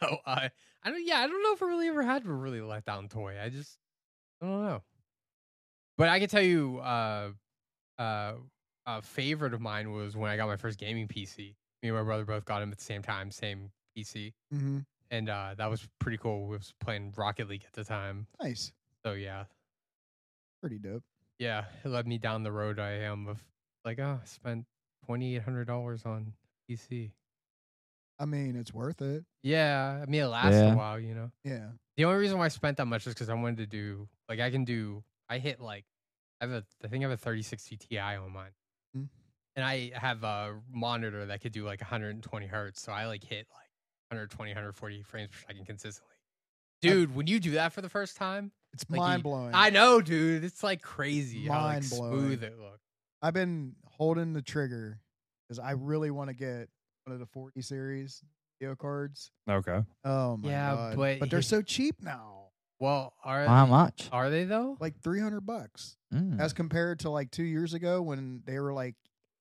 S3: no, I, I don't. Yeah, I don't know if I really ever had a really let down toy. I just, I don't know. But I can tell you, uh, uh, a favorite of mine was when I got my first gaming PC. Me and my brother both got him at the same time, same PC,
S1: hmm
S3: and uh, that was pretty cool. We was playing Rocket League at the time,
S1: Nice.
S3: so yeah,
S1: Pretty dope.
S3: yeah, it led me down the road I am of like, oh, I spent twenty eight hundred dollars on PC.
S1: I mean, it's worth it.
S3: Yeah, I mean, it lasts
S4: Yeah.
S3: a while, you know.
S1: Yeah.
S3: The only reason why I spent that much is because I wanted to do like I can do. I hit like I have a I think I have a 3060 Ti on mine,
S1: Mm.
S3: and I have a monitor that could do like 120 hertz. So I like hit like 120 140 frames per second consistently. Dude, when you do that for the first time,
S1: It's
S3: Like, you-
S1: mind blowing.
S3: I know, dude, it's like crazy how like smooth
S1: Mind-blowing.
S3: it looks.
S1: I've been holding the trigger because I really want to get one of the 40 series video cards.
S2: Okay.
S1: Oh my
S3: Yeah,
S1: god!
S3: but
S1: they're
S3: he-
S1: so cheap now,
S3: Well, are
S4: How
S3: they,
S4: much?
S3: are they though?
S1: like 300 bucks,
S4: Mm.
S1: as compared to like two years ago when they were like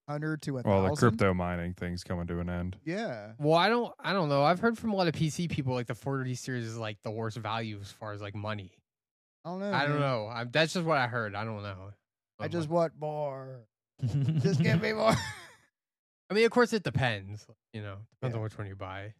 S1: 100 to a
S2: Well, the
S1: thousand.
S2: crypto mining thing's coming to an end.
S1: Yeah,
S3: Well, I don't, I don't know. I've heard from a lot of PC people like the 40 series is like the worst value as far as like money.
S1: I don't know.
S3: I don't
S1: man.
S3: know. I, that's just what I heard. I don't know.
S1: I
S3: I'm
S1: just
S3: like-
S1: want more. Just give me more.
S3: I mean, of course, it depends. You know, depends
S1: Yeah.
S3: on which one you buy.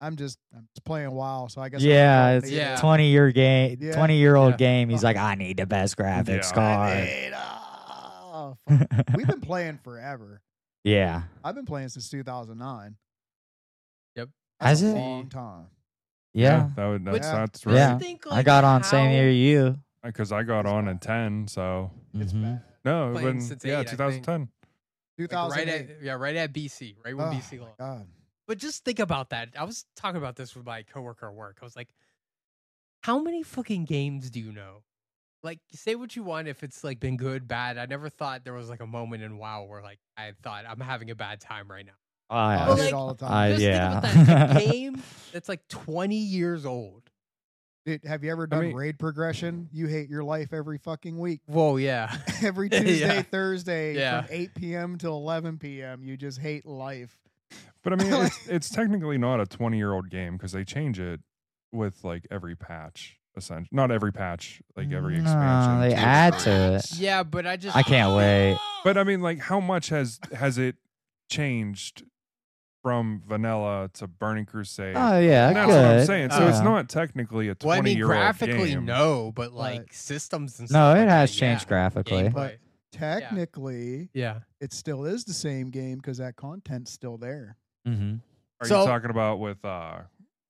S1: I'm just I'm just playing WoW, so I guess. I'm
S4: yeah,
S1: gonna
S4: it's
S1: need it.
S3: Yeah.
S4: a twenty year game,
S1: Yeah.
S4: twenty year old
S3: Yeah.
S4: game. He's like, I need the best graphics
S2: Yeah.
S1: I
S4: card.
S1: need- oh, fuck. We've been playing forever.
S4: yeah,
S1: I've been playing since 2009.
S3: Yep.
S1: That's
S4: Has
S1: a
S4: it?
S1: long time.
S4: yeah.
S2: That would,
S3: Which-
S2: that's, that's
S4: Yeah.
S2: right.
S3: think,
S4: I got on same year you.
S2: Because I got on in 10. So,
S1: It's
S4: Mhm.
S1: bad.
S2: no, it
S3: Playing
S2: been,
S3: since eight,
S2: yeah,
S3: I think.
S2: 2010.
S3: Like, right
S1: 2008.
S3: at yeah, right at BC, right when
S1: Oh,
S3: BC
S1: my
S3: launched.
S1: God.
S3: But just think about that. I was talking about this with my coworker at work. I was like, how many fucking games do you know? Like, say what you want if it's like been good, bad. I never thought there was like a moment in WoW where like I thought I'm having a bad time right now.
S4: Oh, yeah.
S1: I
S3: But,
S1: do it
S3: like,
S1: all the time.
S4: I-
S3: Just
S4: Uh, yeah.
S3: think about that. A game that's like 20 years old.
S1: Dude, have you ever done
S2: mean-
S1: raid progression? You hate your life every fucking week.
S3: Whoa, yeah.
S1: Every
S3: Yeah.
S1: Tuesday, Thursday
S3: Yeah.
S1: from 8 p.m. till 11 p.m. You just hate life.
S2: But I mean, it's, it's technically not a 20 year old game because they change it with like every patch, essentially. Not every patch, like every expansion.
S4: No, they
S2: to it.
S4: add to it.
S3: Yeah, but I just
S4: I can't wait.
S2: But I mean, like, how much has has it changed from vanilla to Burning Crusade?
S4: Oh yeah,
S2: And that's
S4: good.
S2: what I'm saying. So it's
S4: Yeah.
S2: not technically a 20
S3: Well, I mean,
S2: year old
S3: graphically,
S2: game.
S3: no, but like systems and
S4: No,
S3: stuff.
S4: it
S3: like
S4: has
S3: that,
S4: changed
S3: yeah.
S4: graphically.
S3: Gameplay.
S1: Technically,
S3: Yeah.
S1: it still is the same game because that content's still there.
S4: Mm-hmm.
S2: Are
S3: So-
S2: you talking about with uh,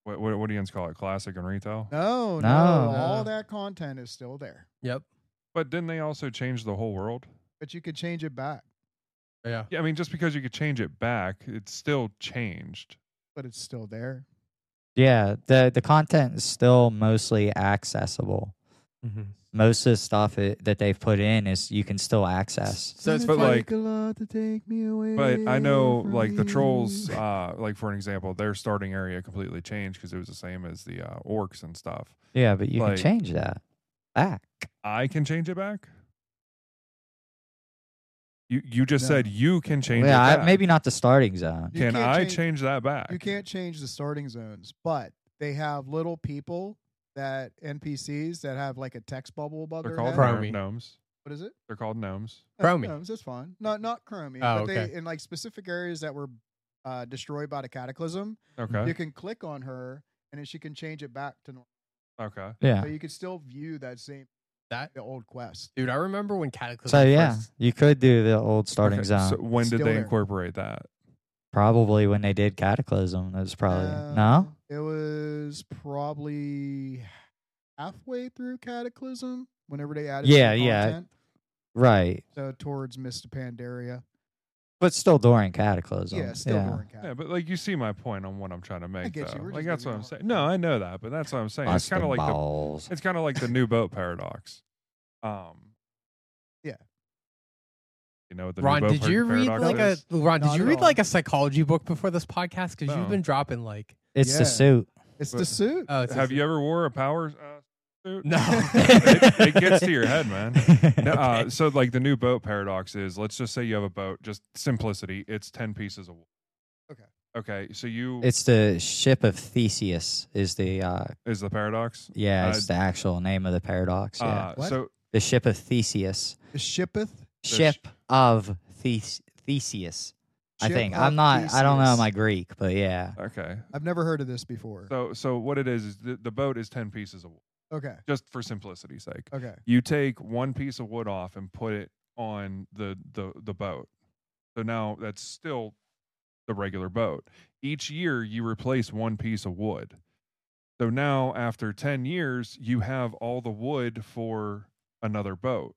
S2: what what, what do you guys call it? Classic and retail.
S1: No, no,
S4: No.
S1: all
S3: No.
S1: that content is still there,
S3: Yep.
S2: But didn't they also change the whole world?
S1: but you could change it back,
S3: Yeah.
S2: Yeah, I mean, just because you could change it back, it's still changed.
S1: but it's still there.
S4: Yeah, the the content is still mostly accessible.
S2: Mm-hmm.
S4: Most of the stuff it, that they've put in is you can still access.
S3: So it's
S1: Doesn't
S2: But,
S1: it
S2: like-
S1: take a lot to take me away
S2: But I know,
S1: from
S2: like the trolls,
S4: Mm-hmm.
S1: you?
S2: uh, like for an example, their starting area completely changed because it was the same as the uh, orcs and stuff.
S4: Yeah, but you
S2: Like-
S4: can change that back.
S2: I can change it back. You you just
S1: No.
S2: said you can change
S4: yeah,
S2: it
S4: I-
S2: back.
S4: maybe not the starting zone.
S1: You
S2: can
S1: can't
S2: I
S1: change-
S2: change, that back?
S1: You can't change the starting zones, but they have little people that NPCs that have like a text bubble above
S2: They're
S1: their
S2: called
S1: head.
S3: Chromie.
S2: gnomes.
S1: What is it?
S2: They're called gnomes.
S1: No,
S3: Chromie.
S1: gnomes, that's fine. Not not chromie. but
S3: Oh, okay.
S1: they in like specific areas that were uh, destroyed by the cataclysm,
S4: Mm-hmm.
S2: Okay.
S1: you can click on her and then she can change it back to normal.
S2: Okay.
S4: Yeah.
S1: So you could still view that same
S3: That
S1: the old quest.
S3: dude, I remember when Cataclysm.
S4: So yeah,
S3: first-
S4: you could do the old starting
S2: Okay,
S4: zone.
S2: So when did
S1: Still
S2: they
S1: there.
S2: incorporate that?
S4: probably when they did Cataclysm. That was probably
S1: Uh,
S4: no.
S1: It was was probably halfway through Cataclysm whenever they added
S4: Yeah,
S1: some
S4: yeah.
S1: content.
S4: right.
S1: So towards Mr. Pandaria.
S4: But still during Cataclysm.
S1: Yeah, still during Cataclysm.
S2: Yeah, but like you see my point on what I'm trying to make.
S1: get you.
S2: though.
S1: We're
S2: Like
S1: just
S2: that's what
S1: making
S2: I'm
S1: it
S2: saying.
S1: hard.
S2: No, I know that, but that's what I'm saying. It's
S4: Busting
S2: kind of like the
S4: balls.
S2: it's kind of like the new boat paradox. Um.
S1: Yeah.
S2: You know what the
S3: Ron,
S2: new boat
S3: did you
S2: par-
S3: read
S2: paradox
S3: like a
S2: is?
S3: Ron? Did
S1: Not
S3: you
S1: at
S3: read
S1: all.
S3: like a psychology book before this podcast? Because
S2: No.
S3: you've been dropping like
S4: it's
S1: Yeah.
S4: the suit.
S1: It's the
S2: But- uh,
S1: suit.
S3: oh, it's
S2: Have you ever wore a power uh, suit?
S3: No.
S2: it, it gets to your head, man. No, uh, so like the new boat paradox is let's just say you have a boat, just simplicity. It's ten pieces of wood.
S1: Okay.
S2: Okay. So you
S4: it's the ship of Theseus. Is the uh,
S2: is the paradox.
S4: yeah?
S2: Uh,
S4: It's the actual name of the paradox. Yeah,
S2: Uh,
S1: What?
S2: so
S4: the ship of Theseus.
S1: The shippeth.
S2: sh-
S4: Ship of Thes- Theseus. I
S1: Ship
S4: think
S1: of
S4: I'm not. I don't know
S1: Theseus.
S4: my Greek, but yeah.
S2: okay.
S1: I've never heard of this before.
S2: So so what it is is the, the boat is ten pieces of wood,
S1: okay.
S2: just for simplicity's sake.
S1: Okay.
S2: You take one piece of wood off and put it on the the the boat. So now that's still the regular boat. Each year you replace one piece of wood. So now after 10 years you have all the wood for another boat.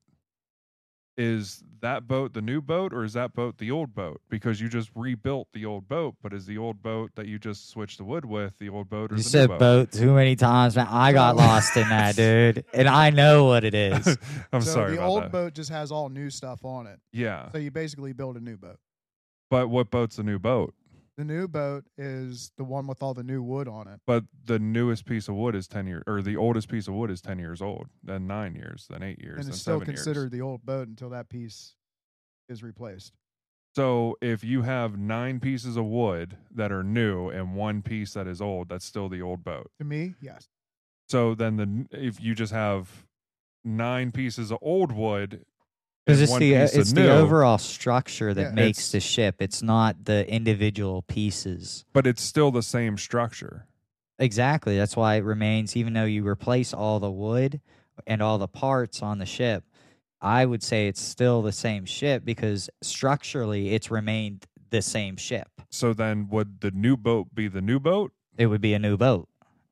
S2: Is that boat the new boat or is that boat the old boat? Because you just rebuilt the old boat, but is the old boat that you just switched the wood with the old boat or
S4: You
S2: is the
S4: said
S2: new
S4: boat.
S2: boat?
S4: too many times, man. I got
S1: Oh.
S4: lost in that, dude, and I know what it is.
S2: I'm
S1: so
S2: sorry
S1: The
S2: about
S1: old
S2: that. Ah.
S1: boat just has all new stuff on it.
S2: yeah.
S1: So you basically build a new boat.
S2: But what boat's the new boat?
S1: The new boat is the one with all the new wood on it.
S2: But the newest piece of wood is ten years, or the oldest piece of wood is ten years old, then nine years, then eight years,
S1: and
S2: then
S1: it's still
S2: seven
S1: considered
S2: years.
S1: the old boat until that piece is replaced.
S2: So if you have nine pieces of wood that are new and one piece that is old, that's still the old boat.
S1: To me, yes.
S2: So then the if you just have nine pieces of old wood,
S4: Because
S2: and
S4: it's
S2: one
S4: the
S2: piece of
S4: it's
S2: new,
S4: the overall structure that
S1: Yeah.
S4: makes
S2: It's-
S4: the ship. It's not the individual pieces.
S2: but it's still the same structure.
S4: Exactly. That's why it remains, even though you replace all the wood and all the parts on the ship. I would say it's still the same ship because structurally it's remained the same ship.
S2: So then would the new boat be the new boat?
S4: It would be a new boat.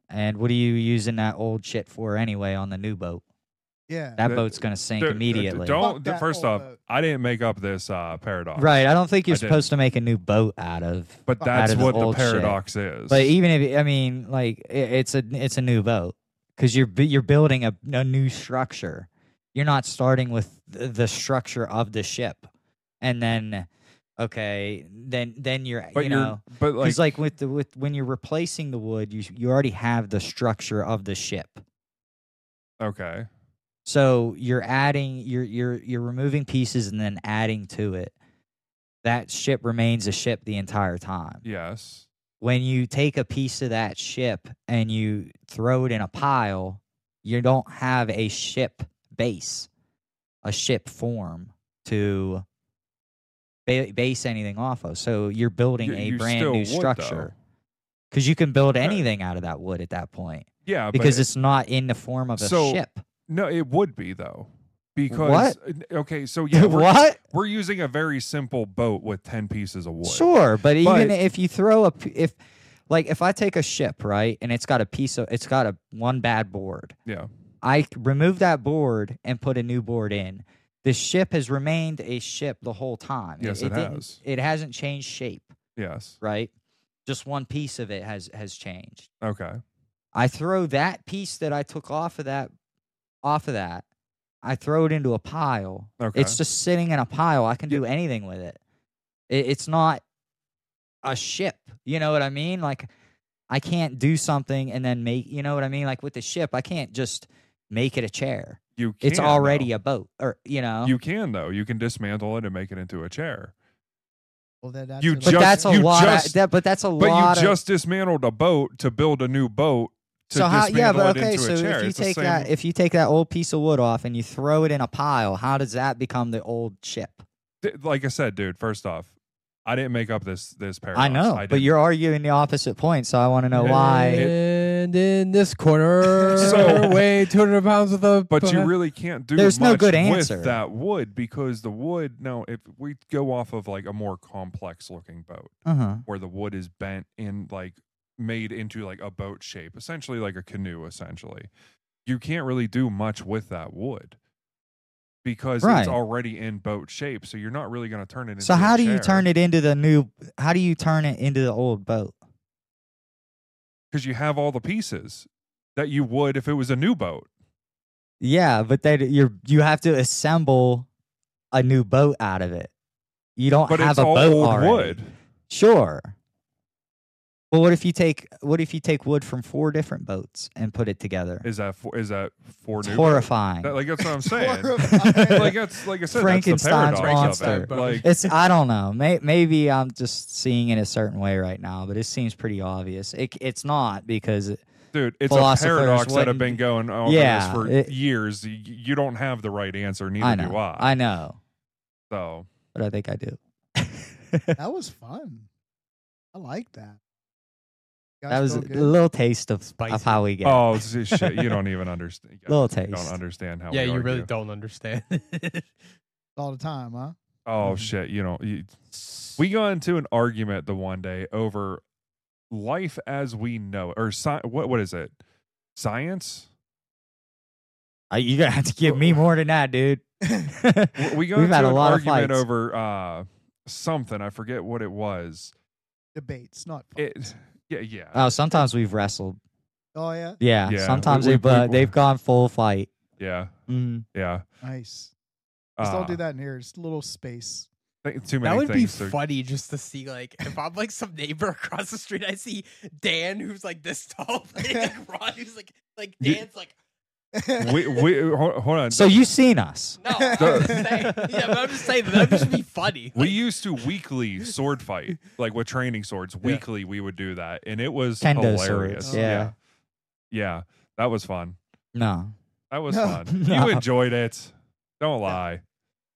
S4: And what are you using that old shit for anyway on the new boat?
S1: Yeah.
S4: That
S2: That-
S4: boat's going to sink
S2: D- d-
S4: immediately.
S1: Fuck
S2: uh, Don't.
S1: that
S2: first
S1: old
S2: off,
S1: boat.
S2: I didn't make up this uh, paradox.
S4: Right. I don't think you're
S2: I didn't.
S4: supposed to make a new boat out of.
S2: But
S1: Out
S2: that's
S4: of the
S2: what the
S4: old shit.
S2: paradox is.
S4: But e, even if I mean, like i- it's a it's a new boat because you're bu- you're building a, a new structure. You're not starting with the, the structure of the ship, and then okay, then then you're
S2: but
S4: you
S2: you're-
S4: know
S2: but
S4: because
S2: like,
S4: like, with the with when you're replacing the wood, you you already have the structure of the ship.
S2: okay,
S4: So you're adding you're you're you're removing pieces and then adding to it. That ship remains a ship the entire time.
S2: yes,
S4: when you take a piece of that ship and you throw it in a pile, you don't have a ship base, a ship form to ba- base anything off of. So you're building
S2: Y-
S4: a
S2: you
S4: brand
S2: still
S4: new
S2: would, though.
S4: structure because you can build
S2: Yeah.
S4: anything out of that wood at that point
S2: yeah, but
S4: because
S2: it-
S4: it's not in the form of a
S2: So,
S4: ship.
S2: no, it would be though. Because
S4: What?
S2: okay, so yeah, we're,
S4: what?
S2: we're using a very simple boat with ten pieces of wood.
S4: Sure, but even
S2: But-
S4: if you throw a p- if like if I take a ship right and it's got a piece of it's got a one bad board
S2: Yeah.
S4: I c- removed that board and put a new board in. The ship has remained a ship the whole time.
S2: Yes, it
S4: didn't-
S2: has.
S4: It hasn't changed shape,
S2: Yes.
S4: right? Just one piece of it has has changed.
S2: Okay.
S4: I throw that piece that I took off of that off of that. I throw it into a pile.
S2: Okay.
S4: It's just sitting in a pile. I can do anything with it. it. It's not a ship. You know what I mean? Like I can't do something and then make. You know what I mean? Like with the ship, I can't just make it a chair
S2: You. Can,
S4: it's already
S2: though.
S4: a boat or you know
S2: You can though. You can dismantle it and make it into a chair.
S1: Well, then
S2: You
S1: another-
S4: but
S2: just-
S4: that's a
S2: you
S4: lot of,
S2: just-
S4: that, but that's a
S2: But
S4: lot
S2: you
S4: of
S2: just dismantled a boat to build a new boat. To
S4: so how
S2: dismantle
S4: yeah but
S2: it
S4: okay
S2: into
S4: so
S2: a chair.
S4: if you
S2: It's the
S4: take
S2: same-
S4: that if you take that old piece of wood off and you throw it in a pile how does that become the old ship
S2: Th- like I said, dude. First off, I didn't make up this this paradox.
S4: i know but
S2: didn't.
S4: you're arguing the opposite point so i want to know
S2: Yeah.
S4: why
S3: And in this corner,
S2: So-
S3: weigh 200 pounds with a.
S2: But you really can't do
S4: There's no
S2: much
S4: good answer.
S2: with that wood because the wood. No, if we go off of like a more complex looking boat
S4: uh-huh
S2: where the wood is bent in like made into like a boat shape, essentially like a canoe, essentially. You can't really do much with that wood because
S4: Right.
S2: it's already in boat shape. So you're not really going to turn it into
S4: So how do you turn it into the new? How do you turn it into the old boat?
S2: Because you have all the pieces that you would if it was a new boat.
S4: Yeah, but they you're you have to assemble a new boat out of it. You don't
S2: But
S4: have
S2: it's
S4: a
S2: all
S4: boat
S2: old
S4: already.
S2: wood.
S4: Sure. Well, what if you take what if you take wood from four different boats and put it together?
S2: Is that four, is that four
S4: It's
S2: new
S4: horrifying.
S2: boats? That- like that's what I'm saying.
S1: Horrifying.
S2: like that's like I said,
S4: Frankenstein's
S2: that's the paradox
S3: monster.
S2: Of it. Like
S4: it's I don't know. May, maybe I'm just seeing it a certain way right now, but it seems pretty obvious. It, it's not because
S2: Dude, it's a
S4: philosophers
S2: paradox that have
S4: wouldn't-
S2: been going on
S4: Yeah,
S2: for
S4: it-
S2: years. Y- You don't have the right answer, neither
S4: I know
S2: do I.
S4: I know,
S2: So
S4: but I think I do.
S1: that was fun. I like that. Guys
S4: that was a
S1: feel good?
S4: little taste of,
S3: Spicy.
S4: of how we get.
S2: oh s- shit, you don't even understand. You
S4: Little
S2: don't
S4: taste.
S2: understand how.
S3: yeah,
S2: we
S3: you really
S2: argue.
S3: don't understand.
S1: all the time, huh?
S2: Oh
S3: Mm-hmm.
S4: Mhm.
S2: shit, you know, you, we got into an argument the one day over life as we know it, or sci- what? What is it? Science?
S4: Uh, You're gonna have to give me more than that, dude.
S2: W- We got
S4: We've
S2: into
S4: had a
S2: an
S4: lot of
S2: argument
S4: fights.
S2: over uh, something. I forget what it was.
S1: Debates, not fun.
S2: It. Yeah, yeah.
S4: oh, sometimes we've wrestled.
S1: oh yeah,
S4: Yeah,
S2: Yeah,
S4: sometimes
S2: we-
S4: they
S2: we-
S4: but
S2: we-
S4: they've gone full fight.
S2: yeah.
S4: Mhm.
S2: Yeah.
S1: nice. Just don't
S2: Uh,
S1: do that in here. It's a little space.
S2: Th- too many
S3: that would be
S2: things. to-
S3: funny just to see, like, if I'm like some neighbor across the street, I see Dan who's like this tall, like, like Ron who's like, like
S2: You-
S3: Dan's like,
S2: we, we, hold, hold on.
S4: So you seen us?
S3: no, I'm just saying, yeah, but I'm just saying that would just be funny.
S2: we used to weekly sword fight, like with training swords. Weekly, we would do that, and it was
S4: Kendo
S2: hilarious.
S4: swords,
S1: Oh, yeah.
S2: yeah, Yeah. that was fun.
S4: No.
S2: That was
S1: No.
S2: fun.
S4: No.
S2: You enjoyed it. Don't lie.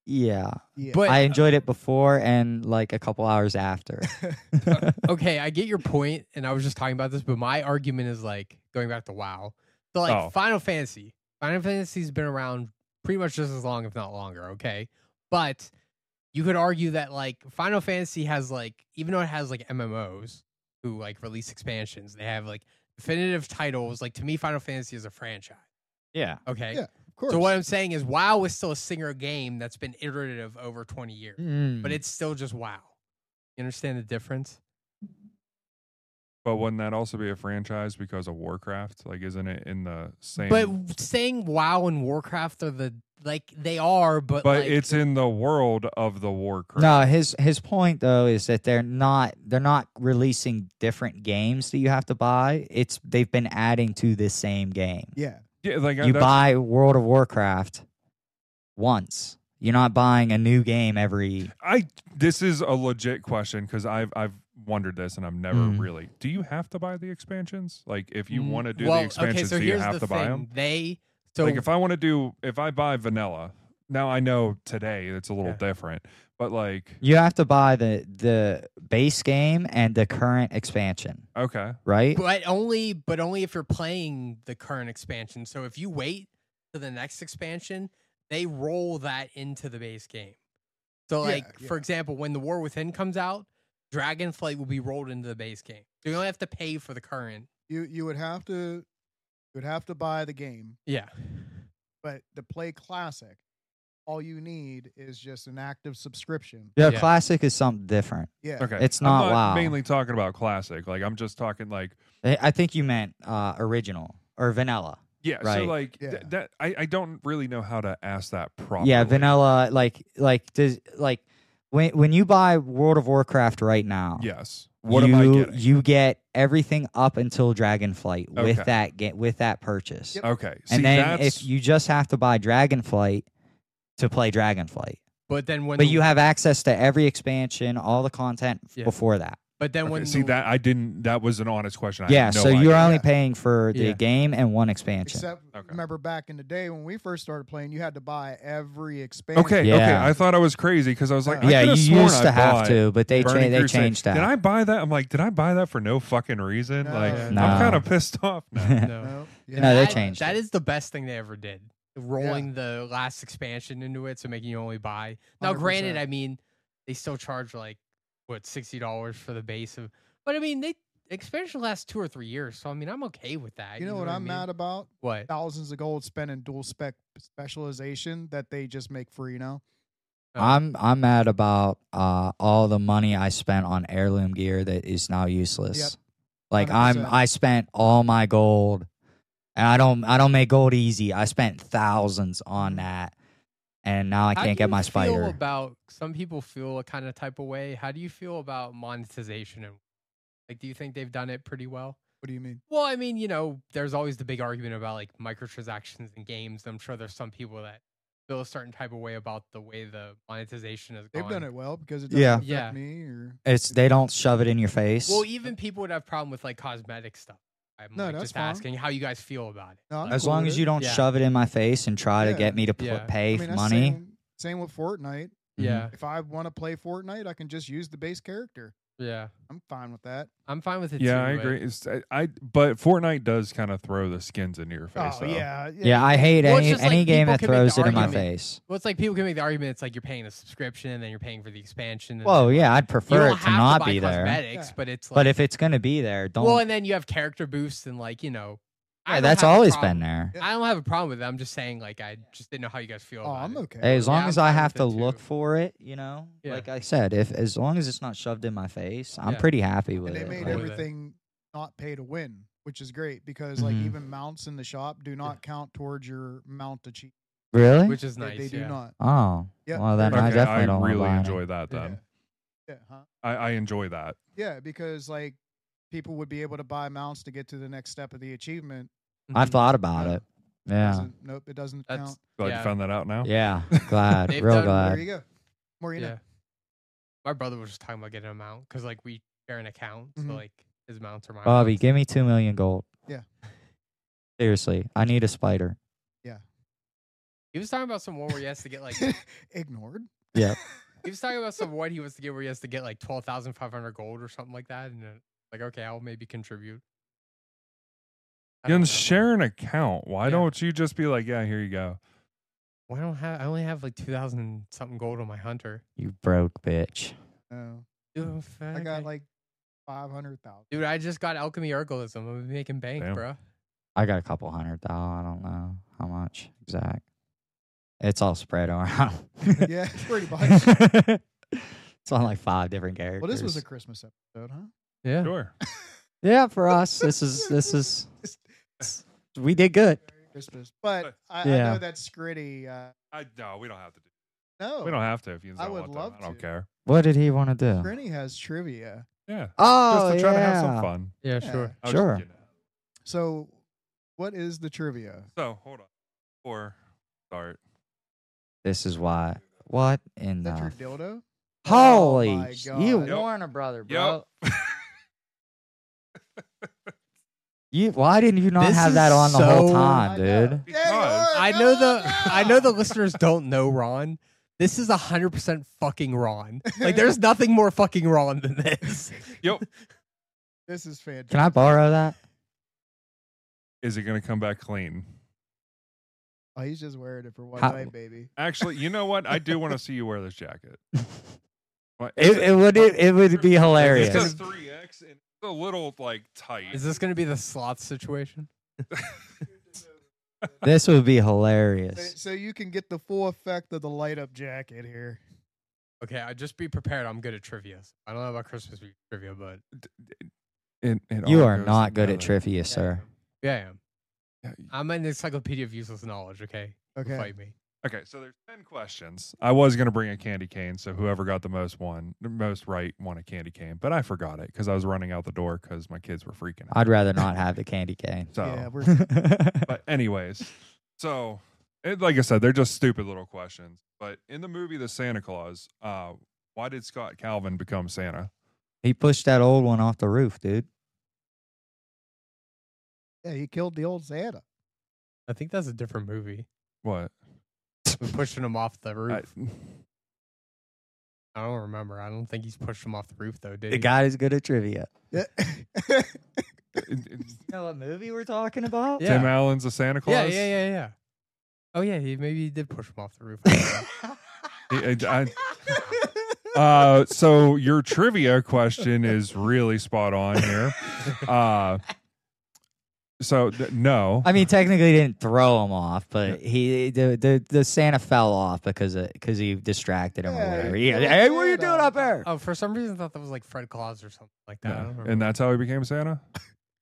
S4: Yeah,
S1: Yeah.
S3: But
S2: uh,
S4: I enjoyed it before and like a couple hours after.
S3: okay, I get your point, and I was just talking about this, but my argument is like going back to WoW. So like
S2: Oh.
S3: Final Fantasy, Final Fantasy's been around pretty much just as long, if not longer. Okay, but you could argue that like Final Fantasy has like even though it has like MMOs who like release expansions, they have like definitive titles. Like to me, Final Fantasy is a franchise.
S4: yeah.
S3: Okay,
S1: Yeah, of course.
S3: so what I'm saying is WoW is still a single game that's been iterative over 20 years,
S4: Mm.
S1: Mm.
S3: but it's still just WoW. You understand the difference?
S2: But wouldn't that also be a franchise because of Warcraft? Like, isn't it in the same?
S3: But saying WoW and Warcraft are the like they are, but
S2: but
S3: like,
S2: it's in the world of the Warcraft.
S4: No, his his point though is that they're not they're not releasing different games that you have to buy. It's they've been adding to this same game.
S1: yeah,
S2: yeah, like
S4: you
S2: that's-
S4: buy World of Warcraft once. You're not buying a new game every.
S2: I this is a legit question because I've I've wondered this and I've never
S4: Mm.
S2: really. Do you have to buy the expansions? Like if you
S4: Mm,
S2: want to do
S3: well,
S2: the expansions,
S3: okay. So
S2: do you
S3: here's
S2: have
S3: the
S2: to
S3: thing:
S2: buy them?
S3: they so
S2: like if I want to do if I buy vanilla, now I know today it's a little
S3: Yeah.
S2: different, but like
S4: You have to buy the the base game and the current expansion,
S2: okay,
S4: right?
S3: but only but only if you're playing the current expansion. So if you wait to the next expansion, they roll that into the base game. So
S1: Yeah,
S3: like for
S1: yeah.
S3: example, when the War Within comes out, Dragonflight will be rolled into the base game. So you only have to pay for the current.
S1: you you would have to you would have to buy the game,
S3: Yeah.
S1: but to play classic, all you need is just an active subscription.
S4: The
S3: Yeah.
S4: classic is something different.
S1: Yeah,
S2: okay,
S4: It's
S2: I'm
S4: not
S2: not
S4: WoW.
S2: mainly talking about classic. Like I'm just talking like
S4: I I think you meant uh, original or vanilla.
S2: yeah. So
S4: Right.
S2: like
S1: Yeah.
S2: th- that I I don't really know how to ask that properly.
S4: Yeah, vanilla. Like like does like when when you buy World of Warcraft right now.
S2: Yes. What
S4: you,
S2: am I getting?
S4: You get everything up until Dragonflight
S2: Okay.
S4: with that get with that purchase.
S1: Yep.
S2: okay. See
S4: and then
S2: that's
S4: if you just have to buy Dragonflight to play Dragonflight.
S3: But then when
S4: But
S3: the-
S4: you have access to every expansion, all the content f-
S3: Yeah.
S4: before that.
S3: but then
S2: okay,
S3: when
S2: see
S3: the-
S2: that I didn't. That was an honest question. I had
S4: yeah,
S2: no
S4: so you're
S2: idea.
S4: only
S1: Yeah.
S4: paying for the
S3: Yeah.
S4: game and one expansion.
S1: Except
S2: Okay.
S1: remember back in the day when we first started playing, you had to buy every expansion.
S2: Okay, okay.
S4: Yeah.
S2: I thought I was crazy because I was like, I
S4: yeah, you
S2: coulda sworn
S4: used
S2: I
S4: to have
S2: bought
S4: to, but they cha-
S2: Burning
S4: they
S2: Crusade.
S4: changed
S2: Did I
S4: that.
S2: buy that? I'm like, did I buy that for no fucking reason?
S1: No.
S2: Like,
S1: Yeah.
S4: No.
S2: I'm kind of pissed off now.
S1: No, yeah.
S4: No, they
S3: That-
S4: changed
S3: That
S4: it.
S3: is the best thing they ever did. Rolling the last expansion into it, so making you only buy. Now,
S1: 100%.
S3: granted, I mean, they still charge like what sixty dollars for the base of, but I mean, they expansion lasts two or three years, so I mean, I'm okay with that.
S1: You know what I'm mad
S3: about?
S1: about?
S3: What?
S1: Thousands of gold spent in dual spec specialization that they just make free now.
S3: Oh.
S4: I'm I'm mad about uh, all the money I spent on heirloom gear that is now useless.
S1: Yep.
S4: Like I'm
S1: 100%.
S4: I spent all my gold, and I don't I don't make gold easy. I spent thousands on that, and now I
S3: Mm-hmm. How do
S4: can't get
S3: you
S4: my
S3: feel
S4: spider.
S3: About some people feel a kind of type of way. How do you feel about monetization and like? Do you think they've done it pretty well?
S1: What do you mean?
S3: Well, I mean, you know, there's always the big argument about like microtransactions in games. I'm sure there's some people that feel a certain type of way about the way the monetization is.
S1: They've
S3: gone.
S1: done it well because it doesn't
S4: Yeah.
S1: affect
S3: Oh, Yeah.
S1: me or
S4: it's they don't shove it in your face.
S3: Well, even people would have problem with like cosmetic stuff. I'm
S1: No,
S3: like,
S1: that's
S3: just
S1: fine.
S3: asking how you guys feel about it.
S1: No, I'm
S4: as
S1: cool
S4: long
S1: with
S4: as
S1: it.
S4: you don't
S3: Yeah.
S4: shove it in my face and try to
S1: Yeah.
S4: get me to put,
S3: Yeah.
S4: pay
S1: I mean, that's
S4: money.
S1: Same, same with Fortnite.
S4: Mm-hmm.
S3: Yeah,
S1: If I want to play Fortnite, I can just use the base character.
S3: yeah.
S1: I'm fine with that.
S3: I'm fine with it.
S2: yeah,
S3: too,
S2: I
S3: but-
S2: agree. It's, I, I but Fortnite does kind of throw the skins into your face.
S1: oh
S2: though.
S1: yeah,
S4: Yeah, I hate
S3: Well, it's
S4: any
S3: just like
S4: any game
S3: people
S4: that
S3: can make the
S4: throws it in my
S3: argument.
S4: face.
S3: Well, it's like people can make the argument it's like you're paying a subscription and then you're paying for the expansion. and
S4: Well,
S3: then,
S4: yeah,
S3: like,
S4: I'd prefer
S3: you don't
S4: it
S3: have
S4: to not
S3: buy
S4: be there.
S3: cosmetics,
S1: Yeah.
S3: But it's like,
S4: But if it's gonna be there, don't.
S3: well, and then you have character boosts and like you know, I
S4: yeah,
S3: don't
S4: that's
S3: have a
S4: always
S3: problem-
S4: been there.
S1: there.
S3: I don't have a problem with it. I'm just saying, like, I just didn't know how you guys feel.
S1: Oh,
S3: about
S1: I'm
S3: it.
S1: okay.
S4: Hey, as
S3: Yeah,
S4: long
S3: I'm
S4: as I
S3: fine
S4: have
S3: with
S4: to
S3: it
S4: look
S3: too.
S4: for it, you know,
S3: Yeah.
S4: like I said, if as long as it's not shoved in my face, I'm
S3: Yeah.
S4: pretty happy with
S1: and they
S4: it.
S1: made
S4: Like,
S3: with it.
S1: everything not pay to win, which is great because like
S4: Mhm.
S1: even mounts in the shop do not count towards your mount achievement.
S4: really?
S3: which is
S1: They-
S3: nice.
S1: They, do
S3: yeah.
S1: not.
S4: oh,
S1: Yeah,
S4: well then
S1: they're-
S4: I
S2: Okay, I,
S4: definitely don't wanna
S2: really
S4: buy it.
S2: enjoy that. Then
S1: Yeah, huh?
S2: I, I enjoy that.
S1: Yeah, because like people would be able to buy mounts to get to the next step of the achievement.
S4: I've thought about
S1: Yeah.
S4: it. Yeah,
S1: Doesn't- Nope, it doesn't
S3: Mm-hmm. That's-
S1: count.
S2: Glad
S3: Yeah.
S2: you found that out now.
S4: yeah, glad,
S3: They've
S4: real
S1: There
S3: done-
S4: glad.
S1: you go. More you know.
S3: Yeah. My brother was just talking about getting a mount because like we share an account, so
S1: Mhm.
S3: like his mounts are mine.
S4: Bobby, give me two million gold.
S1: Yeah.
S4: Seriously, I need a spider.
S3: He was talking about some one where he has to get like
S1: Ignored.
S3: he was talking about some one he wants to get where he has to get like twelve thousand five hundred gold or something like that, and uh, like okay, I'll maybe contribute. I
S2: You
S3: don't
S2: can
S3: know.
S2: share an account. Why
S3: Yeah.
S2: don't you just be like, yeah, here you go.
S3: Well, I don't have. I only have like two thousand something gold on my hunter.
S4: You broke bitch.
S1: No,
S3: Dude,
S1: Oh, I got like five hundred thousand.
S3: Dude, I just got alchemy herbalism. I'm gonna be making bank,
S2: Damn.
S3: bro.
S4: I got a couple hundred though. I don't know how much exact. It's all spread around.
S1: Yeah, pretty much.
S4: it's on like five different characters.
S1: Well, this was a Christmas episode, huh?
S3: Yeah.
S2: Sure.
S4: yeah for us. This is this is we did good.
S1: Christmas, but I, I
S4: Yeah.
S1: know that's gritty. Uh,
S2: I, no, we don't have to. Do,
S1: no,
S2: We don't have to. If you
S1: Oh, I
S2: don't
S1: would
S2: want to.
S1: love
S2: I don't
S1: to.
S2: care.
S4: What did he want to do?
S1: Grinny has trivia.
S2: Yeah.
S4: Oh
S2: just to
S4: yeah.
S2: try to have some fun.
S3: Yeah,
S1: Yeah.
S3: sure.
S2: I was just
S4: Sure.
S2: kidding.
S1: So, what is the trivia?
S2: So hold on. Or start.
S4: This is why. What in
S1: Is that
S4: the
S1: your dildo?
S4: holy?
S1: Oh my
S4: sh- you
S1: God.
S2: Yep.
S4: Warner brother, bro.
S2: Yep.
S4: You why didn't you not
S3: This
S4: have
S3: is
S4: that on the
S3: so-
S4: whole time,
S1: I know.
S4: dude?
S1: Dang,
S2: Because-
S1: Lord,
S3: I
S1: no,
S3: know the
S1: no.
S3: I know the listeners don't know Ron. This is hundred percent fucking Ron. Like there's nothing more fucking Ron than this.
S2: Yep.
S1: This is fantastic.
S4: Can I borrow that?
S2: Is it gonna come back clean?
S1: Oh, he's just wearing it for one
S4: How-
S1: night, baby.
S2: Actually, you know what? I do want to see you wear this jacket. What-
S4: It, it would it, it would be
S2: It's
S4: hilarious.
S2: a three X and it's a little like tight.
S3: Is this gonna be the sloth situation?
S4: This would be
S1: So,
S4: hilarious.
S1: so you can get the full effect of the light up jacket here.
S3: Okay, I just be prepared. I'm good at trivia. I don't know about Christmas trivia, but
S2: It- it
S4: You
S2: all
S4: are
S2: goes
S4: not good at
S2: together.
S4: trivia, sir.
S3: yeah, I am.
S2: Yeah,
S3: I'm an encyclopedia of useless knowledge. Okay, Don't
S1: Okay.
S3: fight me.
S2: Okay, so there's ten questions. I was gonna bring a candy cane, so whoever got the most one, the most right, won a candy cane. But I forgot it because I was running out the door because my kids were freaking out.
S4: I'd rather not have the candy cane.
S2: So,
S1: Yeah, we're
S2: but anyways, so it, like I said, they're just stupid little questions. But in the movie The Santa Claus, uh, why did Scott Calvin become Santa?
S4: he pushed that old one off the roof, dude.
S1: yeah, he killed the old Santa.
S3: I think that's a different movie.
S2: What?
S3: We're pushing him off the
S2: I,
S3: roof. I, don't remember. I don't think he's pushed him off the roof though. Did
S4: The
S3: he?
S4: guy is good at trivia.
S1: Yeah.
S4: You know what movie we're talking about?
S3: Yeah.
S2: Tim Allen's a Santa Claus.
S3: Yeah, yeah, yeah, yeah. Oh yeah, he maybe he did push him off the roof. I don't know.
S2: He- I- I- Uh, so your trivia question is really spot on here. Uh, so th- no,
S4: I mean, technically, he didn't throw him off, but he the the, the Santa fell off because of, because he distracted him
S1: Yeah,
S4: or whatever.
S1: he
S4: Yeah,
S1: threw
S4: hey, what are you
S1: Santa.
S4: doing up there?
S2: Uh,
S3: Oh, for some reason, I thought that was like Fred Claus or something like that.
S2: no.
S3: I don't remember.
S2: and that's how he became Santa.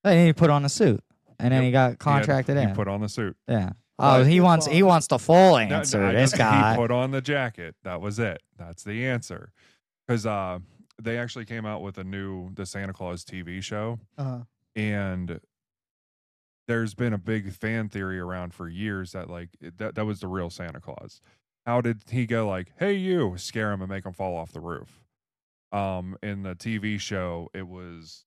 S4: And then he put on the suit, and then he got
S2: He had-
S4: contracted
S2: He
S4: in.
S2: put on the suit.
S4: yeah.
S1: Well,
S4: Oh,
S1: he
S4: he wants
S1: put
S4: he
S1: on-
S4: wants the full
S2: No, no,
S4: answer.
S2: I
S4: this
S2: just-
S4: guy.
S2: He put on the jacket. That was it. That's the answer. Because uh, they actually came out with a new the Santa Claus TV show,
S1: Uh,
S2: and there's been a big fan theory around for years that like it- that that was the real Santa Claus. How did he go like, "Hey you," scare him and make him fall off the roof? Um, in the TV show, it was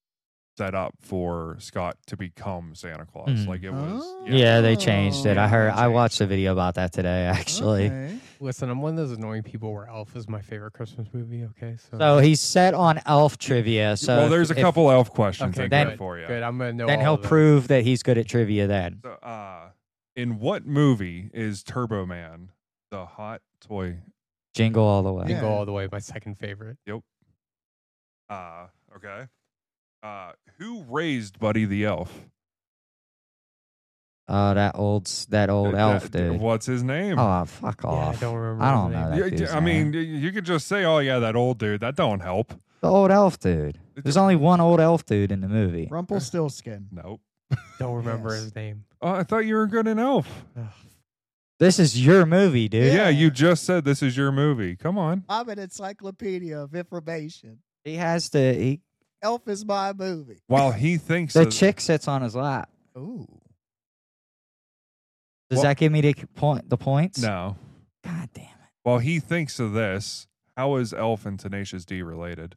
S2: set up for Scott to become Santa Claus.
S4: Mhm.
S2: Like it was,
S1: Oh.
S4: yeah. they changed it.
S1: Yeah,
S4: I heard.
S2: they
S4: I
S2: changed
S4: watched a video about that today, actually.
S1: okay.
S3: Listen, I'm one of those annoying people where Elf is my favorite Christmas movie. Okay, so,
S4: So he's set on elf trivia. So
S2: well,
S4: if-
S2: there's a
S4: if-
S2: couple elf questions
S3: Okay,
S2: in
S4: then-
S2: there for you.
S3: good. I'm gonna know.
S4: Then
S3: all
S4: he'll
S3: of them.
S4: prove that he's good at trivia. Then
S2: So, uh, in what movie is Turbo Man the hot toy?
S4: jingle all the way.
S1: Yeah.
S3: Go all the way. My second favorite.
S2: Uh, okay. Uh, who raised Buddy the Elf?
S4: Oh, that old s- that old
S2: That-
S4: elf
S2: that-
S4: dude.
S2: What's his name?
S4: Oh, fuck
S3: Yeah, I
S4: off.
S3: don't remember.
S4: I
S3: his
S4: don't know
S3: name.
S4: that.
S2: Yeah, yeah,
S4: dude's
S2: I mean, y- you could just say, "Oh yeah, that old dude." That don't help.
S4: the old elf dude. There's only one old elf dude in the movie.
S1: Rumpelstiltskin.
S2: Nope.
S3: Don't remember
S1: Yes.
S3: his name.
S2: Oh, I thought you were good in Elf.
S3: Ugh.
S4: This is your movie, dude.
S2: Yeah.
S1: Yeah.
S2: you just said this is your movie. Come on.
S1: I'm an encyclopedia of information.
S4: He has to. He,
S1: Elf is my movie.
S2: While he thinks
S4: the
S2: of-
S4: chick sits on his lap.
S1: Ooh.
S4: Does
S2: Well-
S4: that give me the c- point? The points?
S2: no,
S4: God damn it.
S2: while he thinks of this, how is Elf and Tenacious D related?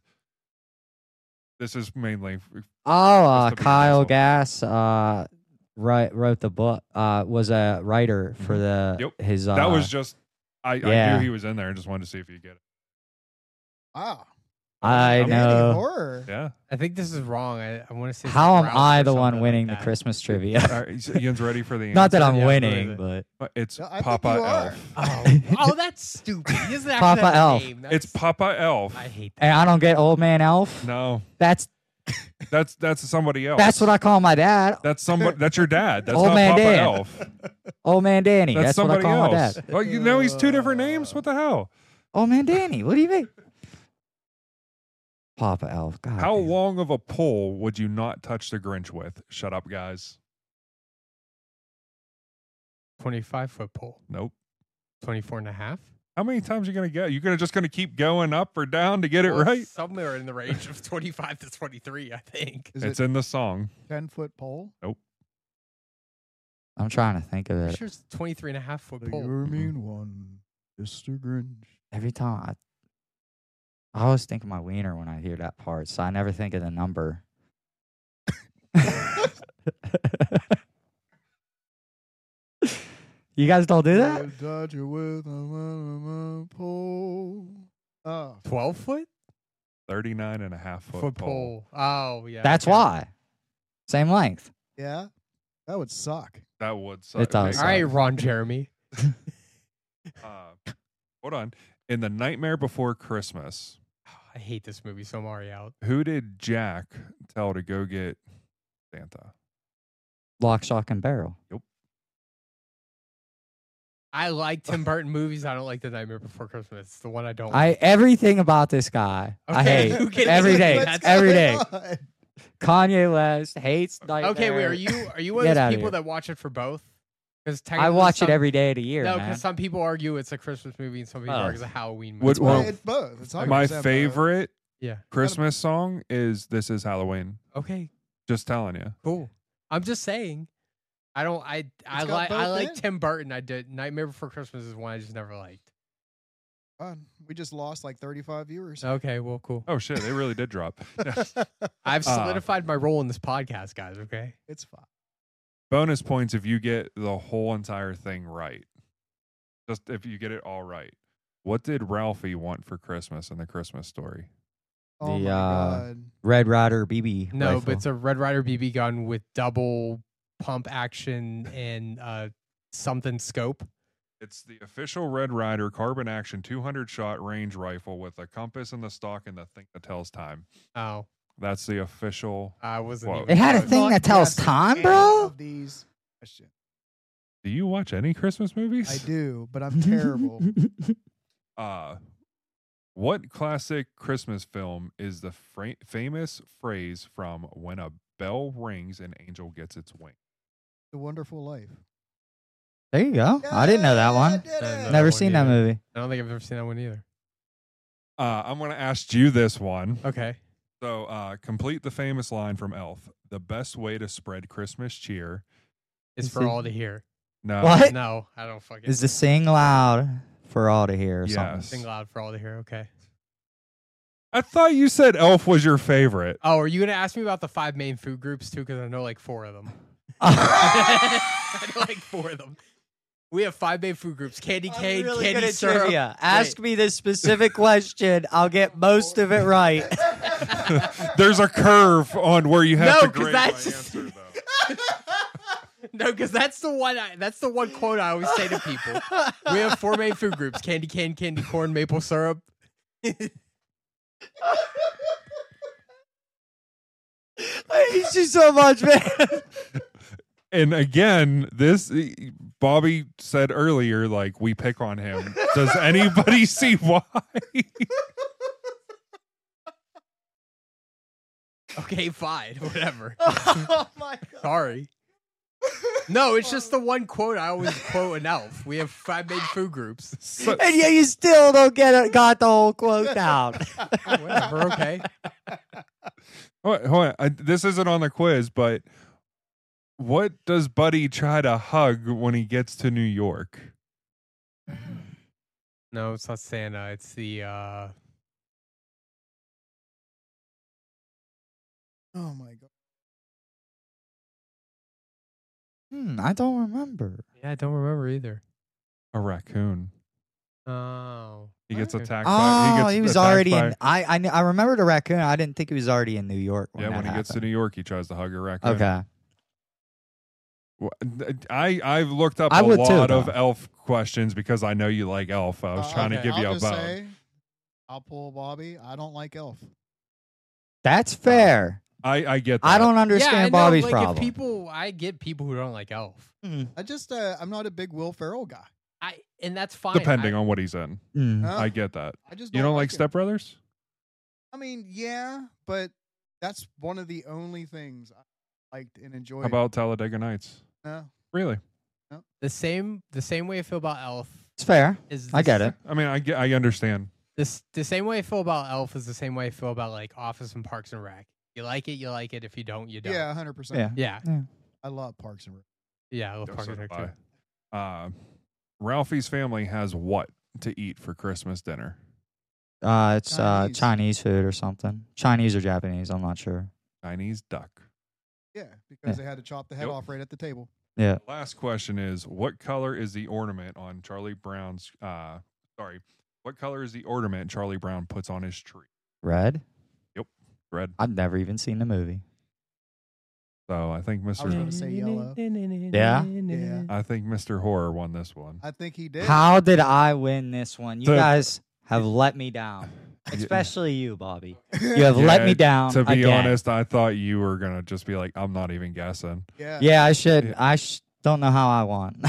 S2: This is mainly
S4: Oh, uh,
S2: Just to be
S4: Kyle
S2: myself.
S4: Gass uh, write, wrote the book. Uh, was a writer for
S2: Mhm.
S4: the
S2: Yep.
S4: his. Uh,
S2: That was just I, I
S4: yeah.
S2: knew he was in there and just wanted to see if you get it.
S1: Wow.
S4: I
S2: I'm-
S1: Danny
S4: know.
S1: Horror.
S2: Yeah.
S3: I think this is wrong. I, I want to say. it's
S4: How
S3: like
S4: am
S3: Ralph
S4: I
S3: or
S4: the one
S3: something
S4: winning
S3: like
S4: the
S3: that.
S4: Christmas trivia?
S2: All right, so Ian's ready for the answer.
S4: Not that Uh, I'm
S3: Yeah, what is
S4: winning,
S3: it?
S4: but
S2: It's
S1: No, I think
S2: Papa
S1: you are.
S2: Elf.
S3: Oh, oh, that's stupid. He doesn't actually
S4: Papa
S3: have a
S4: Elf.
S3: name.
S2: It's
S3: That's-
S2: Papa Elf.
S3: I hate that.
S4: and I don't get old man elf.
S2: No,
S4: That's
S2: that's that's somebody else.
S4: that's what I call my dad.
S2: That's somebody. That's your dad. That's
S4: Old
S2: not
S4: man
S2: Papa
S4: Dan.
S2: Elf. That's,
S4: Old man Danny. That's, what I
S2: somebody
S4: call my
S2: else.
S4: dad.
S2: Well, you know he's two different names. What the hell?
S4: Old man Danny. What do you mean? Papa Elf. God.
S2: How
S4: damn.
S2: long of a pole would you not touch the Grinch with? Shut up, guys.
S3: Twenty-five foot pole.
S2: Nope.
S3: 24 and a half.
S2: How many times you gonna get? You gonna just gonna keep going up or down to get it
S3: Well,
S2: right?
S3: Somewhere in the range of 25 to 23, I think.
S1: Is
S2: it's
S1: it
S2: in the song.
S1: 10 foot pole?
S4: I'm trying to think of
S3: I'm
S4: it.
S3: sure it's 23 and a half foot pole.
S2: Mhm. mean
S1: one, Mr. Grinch.
S4: Every time I, I always think of my wiener when I hear that part, so I never think of the number. you guys don't do that?
S1: Dodge you with a mama pole. Oh.
S3: 12 foot?
S2: 39 and a half foot,
S3: Foot
S2: pole.
S3: pole. Oh, yeah.
S4: That's
S3: okay.
S4: why. Same length.
S1: Yeah. That would suck.
S2: That would suck.
S4: does
S3: All right, Ron Jeremy.
S2: Uh, hold on. In the Nightmare Before Christmas,
S3: I hate this movie, so I'm already out.
S2: who did Jack tell to go get Santa?
S4: Lock, shock, and barrel.
S3: I like Tim Burton movies. I don't like The Nightmare Before Christmas. It's the one I don't
S4: I
S3: like.
S4: everything about this guy. I
S3: Okay,
S4: hate
S3: who can-
S4: every day.
S3: That's-
S4: Every day.
S1: God.
S4: Kanye West hates nightmare.
S3: Okay, wait, are you are you one
S4: Get
S3: of those
S4: outta
S3: people
S4: here.
S3: that watch it for both? Because
S4: I watch it every day of the year.
S3: No,
S4: man.
S3: because some people argue it's a Christmas movie and some people
S4: Oh.
S3: argue it's a Halloween movie.
S2: Would-
S1: Well,
S2: Well,
S1: it's both. It's
S2: My
S1: 100% both.
S2: favorite
S3: yeah.
S2: Christmas song is This Is Halloween.
S3: Okay.
S2: Just telling you.
S3: Cool. I'm just saying. I don't. I I
S1: got
S3: like I
S1: both
S3: like
S1: in.
S3: Tim Burton. I did Nightmare Before Christmas is one I just never liked.
S1: Fun. We just lost like 35 viewers.
S3: Okay, well, cool.
S2: Oh, shit. They really did drop.
S3: I've
S2: Uh,
S3: solidified my role in this podcast, guys. Okay.
S1: It's fine.
S2: Bonus points if you get the whole entire thing right. Just if you get it all right. What did Ralphie want for Christmas in the Christmas story?
S1: Oh
S4: The,
S1: my
S4: uh,
S1: god.
S4: Red Rider BB.
S3: No,
S4: rifle.
S3: but it's a Red Rider BB gun with double pump action and uh something scope.
S2: It's the official Red Rider carbon action 200 shot range rifle with a compass in the stock and the thing that tells time.
S3: Oh,
S2: That's the official.
S3: I wasn't.
S2: Whoa.
S3: even
S4: They had a
S3: close.
S4: thing that tells
S1: Yes,
S4: time,
S1: and
S4: bro.
S1: of These questions.
S2: Do you watch any Christmas movies?
S1: I do, but I'm terrible.
S2: Uh, what classic Christmas film is the fra- famous phrase from "When a bell rings, an angel gets its wing"?
S1: the Wonderful Life.
S4: there you go. I didn't know that
S1: Yeah, I
S4: one.
S1: did
S3: No,
S1: it!
S3: no.
S4: Never
S3: one
S4: seen that
S3: either.
S4: movie.
S3: I don't think I've ever seen that one either.
S2: Uh, I'm going to ask you this one.
S3: Okay.
S2: So, uh, complete the famous line from Elf: "The best way to spread Christmas cheer."
S3: It's
S4: Is
S3: for
S4: it-
S3: all to hear.
S2: No,
S4: What?
S3: No, I don't fucking.
S4: Is to sing loud for all to hear or something.
S2: Yes.
S3: sing loud for all to hear? Okay.
S2: I thought you said Elf was your favorite.
S3: Oh, are you gonna ask me about the five main food groups too? Because I know like four of them. I know like four of them. We have five main food groups: candy
S4: I'm
S3: cane,
S4: really
S3: candy
S4: good at
S3: syrup.
S4: trivia. Ask me this specific question. I'll get most of it right.
S2: There's a curve on where you have
S3: No,
S2: to
S3: 'cause
S2: grade
S3: that's-
S2: my answer, though.
S3: No, because that's the one. I, that's the one quote I always say to people. We have four main food groups: candy cane, candy corn, maple syrup.
S4: I hate you so much, man.
S2: And again, this eh, Bobby said earlier, like we pick on him. Does anybody see why?
S3: Okay, fine, whatever.
S4: oh my god.
S3: Sorry. No, it's just the one quote I always quote an elf. We have five main food groups.
S2: So,
S4: And yet you still don't get it, got the whole quote down.
S3: Oh, whatever, okay.
S2: hold on, hold on. I, this isn't on the quiz, but what does Buddy try to hug when he gets to New York?
S3: No, it's not Santa. It's the uh
S1: Oh my god.
S4: Hmm, I don't remember.
S3: Yeah, I don't remember either.
S2: A raccoon.
S3: Oh.
S2: He gets
S3: okay.
S2: attacked. by, he,
S4: Oh,
S2: gets
S4: he, was
S2: attacked
S4: already
S2: by-
S4: in. I, I kn- I remembered a raccoon. I didn't think he was already in New York. When
S2: yeah,
S4: that
S2: when he gets to
S4: happened.
S2: New York, he tries to hug a raccoon.
S4: Okay.
S2: Wh- I I've looked up a
S4: I would too,
S2: lot of
S4: though.
S2: Elf questions because I know you like Elf. I was
S1: Uh,
S2: trying
S1: okay,
S2: to give
S1: I'll
S2: you a
S1: just
S2: bone.
S1: say, I'll pull Bobby. I don't like Elf.
S4: That's fair.
S2: I I get. That.
S4: I don't
S3: Yeah,
S4: understand
S3: I know,
S4: Bobby's
S3: like,
S4: problem.
S3: If people I get people who don't like elf.
S4: Mm,
S1: I just uh, I'm not a big Will Ferrell guy.
S3: I and that's fine.
S2: depending on what he's in.
S4: mm.
S1: Huh?
S2: I get that.
S1: I just
S2: You don't like
S1: him.
S2: Step Brothers?
S1: I mean, yeah, but that's one of the only things I liked and enjoyed.
S2: How about Talladega Nights?
S1: No.
S2: Really?
S3: the same the same way I feel about elf
S4: It's fair.
S3: is
S4: I
S3: the
S4: get
S3: s-
S4: it.
S2: I mean, I get, I understand.
S3: This the same way I feel about elf is the same way I feel about like office and parks and rec. You like it, you like it. If you don't, you don't.
S1: Yeah, hundred percent.
S4: Yeah.
S3: Yeah.
S1: I love Parks and Rec.
S3: Yeah, I love
S2: Yeah,
S3: Parks
S2: so
S3: and Rec
S2: do
S3: too.
S2: I. Uh, Ralphie's family has what to eat for Christmas dinner?
S4: Uh, it's
S1: Chinese.
S4: Uh, Chinese food or something. Chinese or Japanese. I'm not sure.
S2: Chinese duck.
S1: Yeah, because
S4: Yeah.
S1: they had to chop the head
S2: Yep.
S1: off right at the table.
S4: Yeah.
S2: Last question is: What color is the ornament on Charlie Brown's? Uh, sorry, what color is the ornament Charlie Brown puts on his tree?
S4: Red.
S2: Red.
S4: I've never even seen the movie.
S2: So I think
S1: I was
S2: Mr.
S1: gonna say yellow.
S4: Yeah?
S1: Yeah.
S2: I think Mr. Horror won this one.
S1: I think he did.
S4: How did I win this one? You
S2: To-
S4: guys have let me down,
S2: Yeah.
S4: especially you, Bobby. You have let
S2: Yeah,
S4: me down.
S2: To be
S4: again.
S2: honest, I thought you were gonna just be like, I'm not even guessing.
S1: Yeah.
S4: yeah, I should.
S2: Yeah.
S4: I sh- don't know how I won.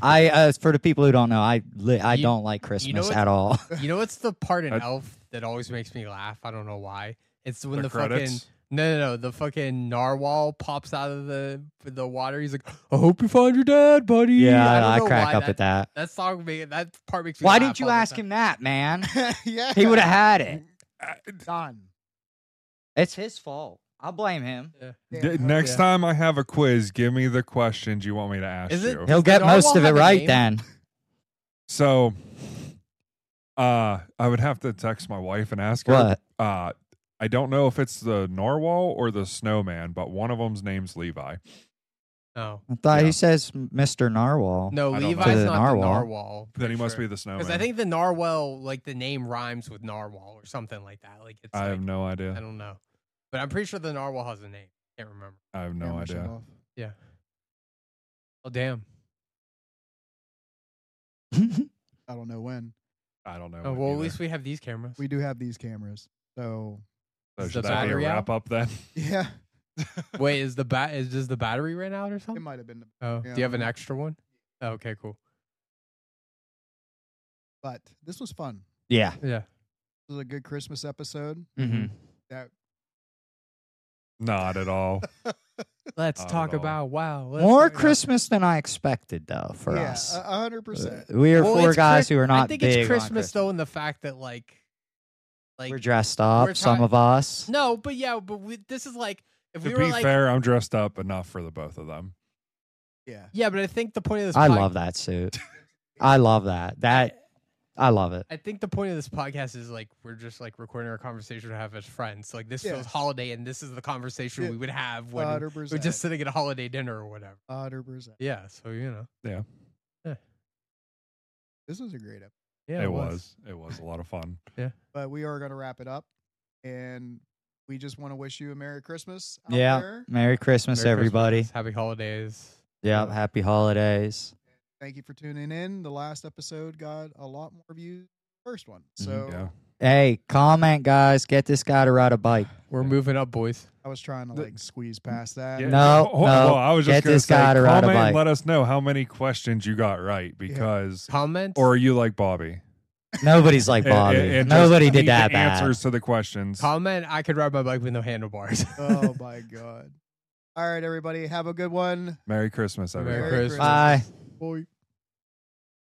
S4: I uh, for the people who don't know, I li- I
S3: You-
S4: don't like
S3: you know
S4: Christmas
S3: what-
S4: at all.
S3: You know what's the part in
S2: I-
S3: Elf that always makes me laugh? I don't know why. It's when
S2: The
S3: the, fucking
S2: credits?
S3: no, no, no, the fucking narwhal pops out of the the water. He's like, "I hope you find your dad, buddy."
S4: yeah, I,
S3: don't know
S4: crack
S3: why
S4: up at that.
S3: That song, ma- that part makes me.
S4: Why
S3: laugh
S4: didn't you
S3: all the
S4: ask
S3: time.
S4: him that, man?
S1: yeah.
S4: he would have had it.
S2: Uh,
S1: done.
S4: It's his fault. I blame him.
S2: D- Next time I have a quiz, give me the questions you want me to ask
S3: Is it-
S2: you.
S4: He'll
S3: Does
S4: get
S3: the
S4: most
S3: narwhal
S4: of it
S3: have a
S4: right
S3: name?
S4: then.
S2: So, uh, I would have to text my wife and ask her.
S4: What?
S2: Uh, I don't know if it's the narwhal or the snowman, but one of them's name's Levi.
S3: No,
S4: I thought
S2: Yeah.
S4: he says Mr. Narwhal.
S3: no,
S2: I don't know.
S3: Levi's
S4: The
S3: not
S4: narwhal.
S3: the narwhal.
S2: Then he must be the snowman.
S3: Because I think the narwhal, like the name rhymes with narwhal or something like that. Like it's.
S2: I
S3: like,
S2: have no
S3: I
S2: idea.
S3: don't know, but I'm pretty sure the narwhal has a name. Can't remember.
S2: I have no idea.
S3: Yeah. Oh damn.
S1: I don't know when.
S2: I don't know.
S3: Oh,
S2: when
S3: well, at
S2: either.
S3: least we have these cameras.
S1: We do have these cameras. So,
S2: So
S3: Is
S2: should
S3: the
S2: that be a
S3: battery out?
S2: wrap up then?
S1: yeah,
S3: Wait, is the bat is does the battery ran out or
S1: it
S3: something?
S1: might have been, the-
S3: Oh,
S1: yeah,
S3: do you have an
S1: no.
S3: extra one? Oh, okay, cool.
S1: but this was fun.
S4: yeah.
S3: Yeah.
S1: This was a good Christmas episode.
S4: Mm-hmm.
S1: That
S2: Not at all.
S3: Let's
S2: Not at
S3: talk
S2: all.
S3: about wow. let's
S4: More
S3: talk about-
S4: Christmas than I expected, though, for
S1: yeah,
S4: us. Uh,
S1: a- a hundred percent.
S4: we are
S3: uh, Well,
S4: four
S3: it's
S4: guys
S3: Chris-
S4: who are not
S3: I think
S4: big
S3: it's
S4: on
S3: Christmas, though, in the fact that like, like
S4: we're dressed up,
S3: we're
S4: some
S3: ti-
S4: of us.
S3: no, but yeah, but we, this is like if
S2: to
S3: we
S2: be
S3: were like
S2: fair, I'm dressed up enough for the both of them.
S1: Yeah.
S3: yeah, but I think the point of this
S4: I
S3: pod-
S4: love that suit. I love that. That I love it.
S3: I think the point of this podcast is like we're just like recording our conversation to have as friends. Like this
S1: Yeah.
S3: feels holiday, and this is the conversation
S1: Yeah.
S3: we would have when
S1: Hundred
S3: we're
S1: percent.
S3: just sitting at a holiday dinner or whatever.
S1: hundred percent.
S3: Yeah, so you know,
S1: This was a great episode,
S3: yeah,
S2: it was. It was a lot of fun.
S1: but we are going to wrap it up, and we just want to wish you a Merry Christmas. Out
S4: Yeah.
S1: There.
S4: Merry Christmas,
S3: Merry
S4: everybody.
S3: Christmas, happy holidays.
S4: Yep. Happy holidays.
S1: Thank you for tuning in. The last episode got a lot more views. than the First one. So
S2: Mm-hmm, yeah.
S4: Hey, comment, guys. Get this guy to ride a bike.
S3: We're moving up, boys.
S1: I was trying to
S2: The-
S1: like squeeze past that.
S2: Yeah,
S4: No,
S2: oh, oh,
S4: no,
S2: well, I was just
S4: get
S2: gonna
S4: this
S2: say,
S4: guy to ride a
S2: comment and
S4: bike.
S2: Let us know how many questions you got right because,
S3: Comments
S2: or are you like Bobby?
S4: Nobody's like
S2: And-
S4: Bobby.
S2: and- and just
S4: Nobody
S2: need
S4: did that
S2: the
S4: bad.
S2: Answers to the questions.
S3: comment. I could ride my bike with no handlebars.
S1: Oh my god. All right, everybody. Have a good one.
S2: Merry Christmas, everybody.
S3: Merry Christmas.
S4: Bye.
S1: Bye.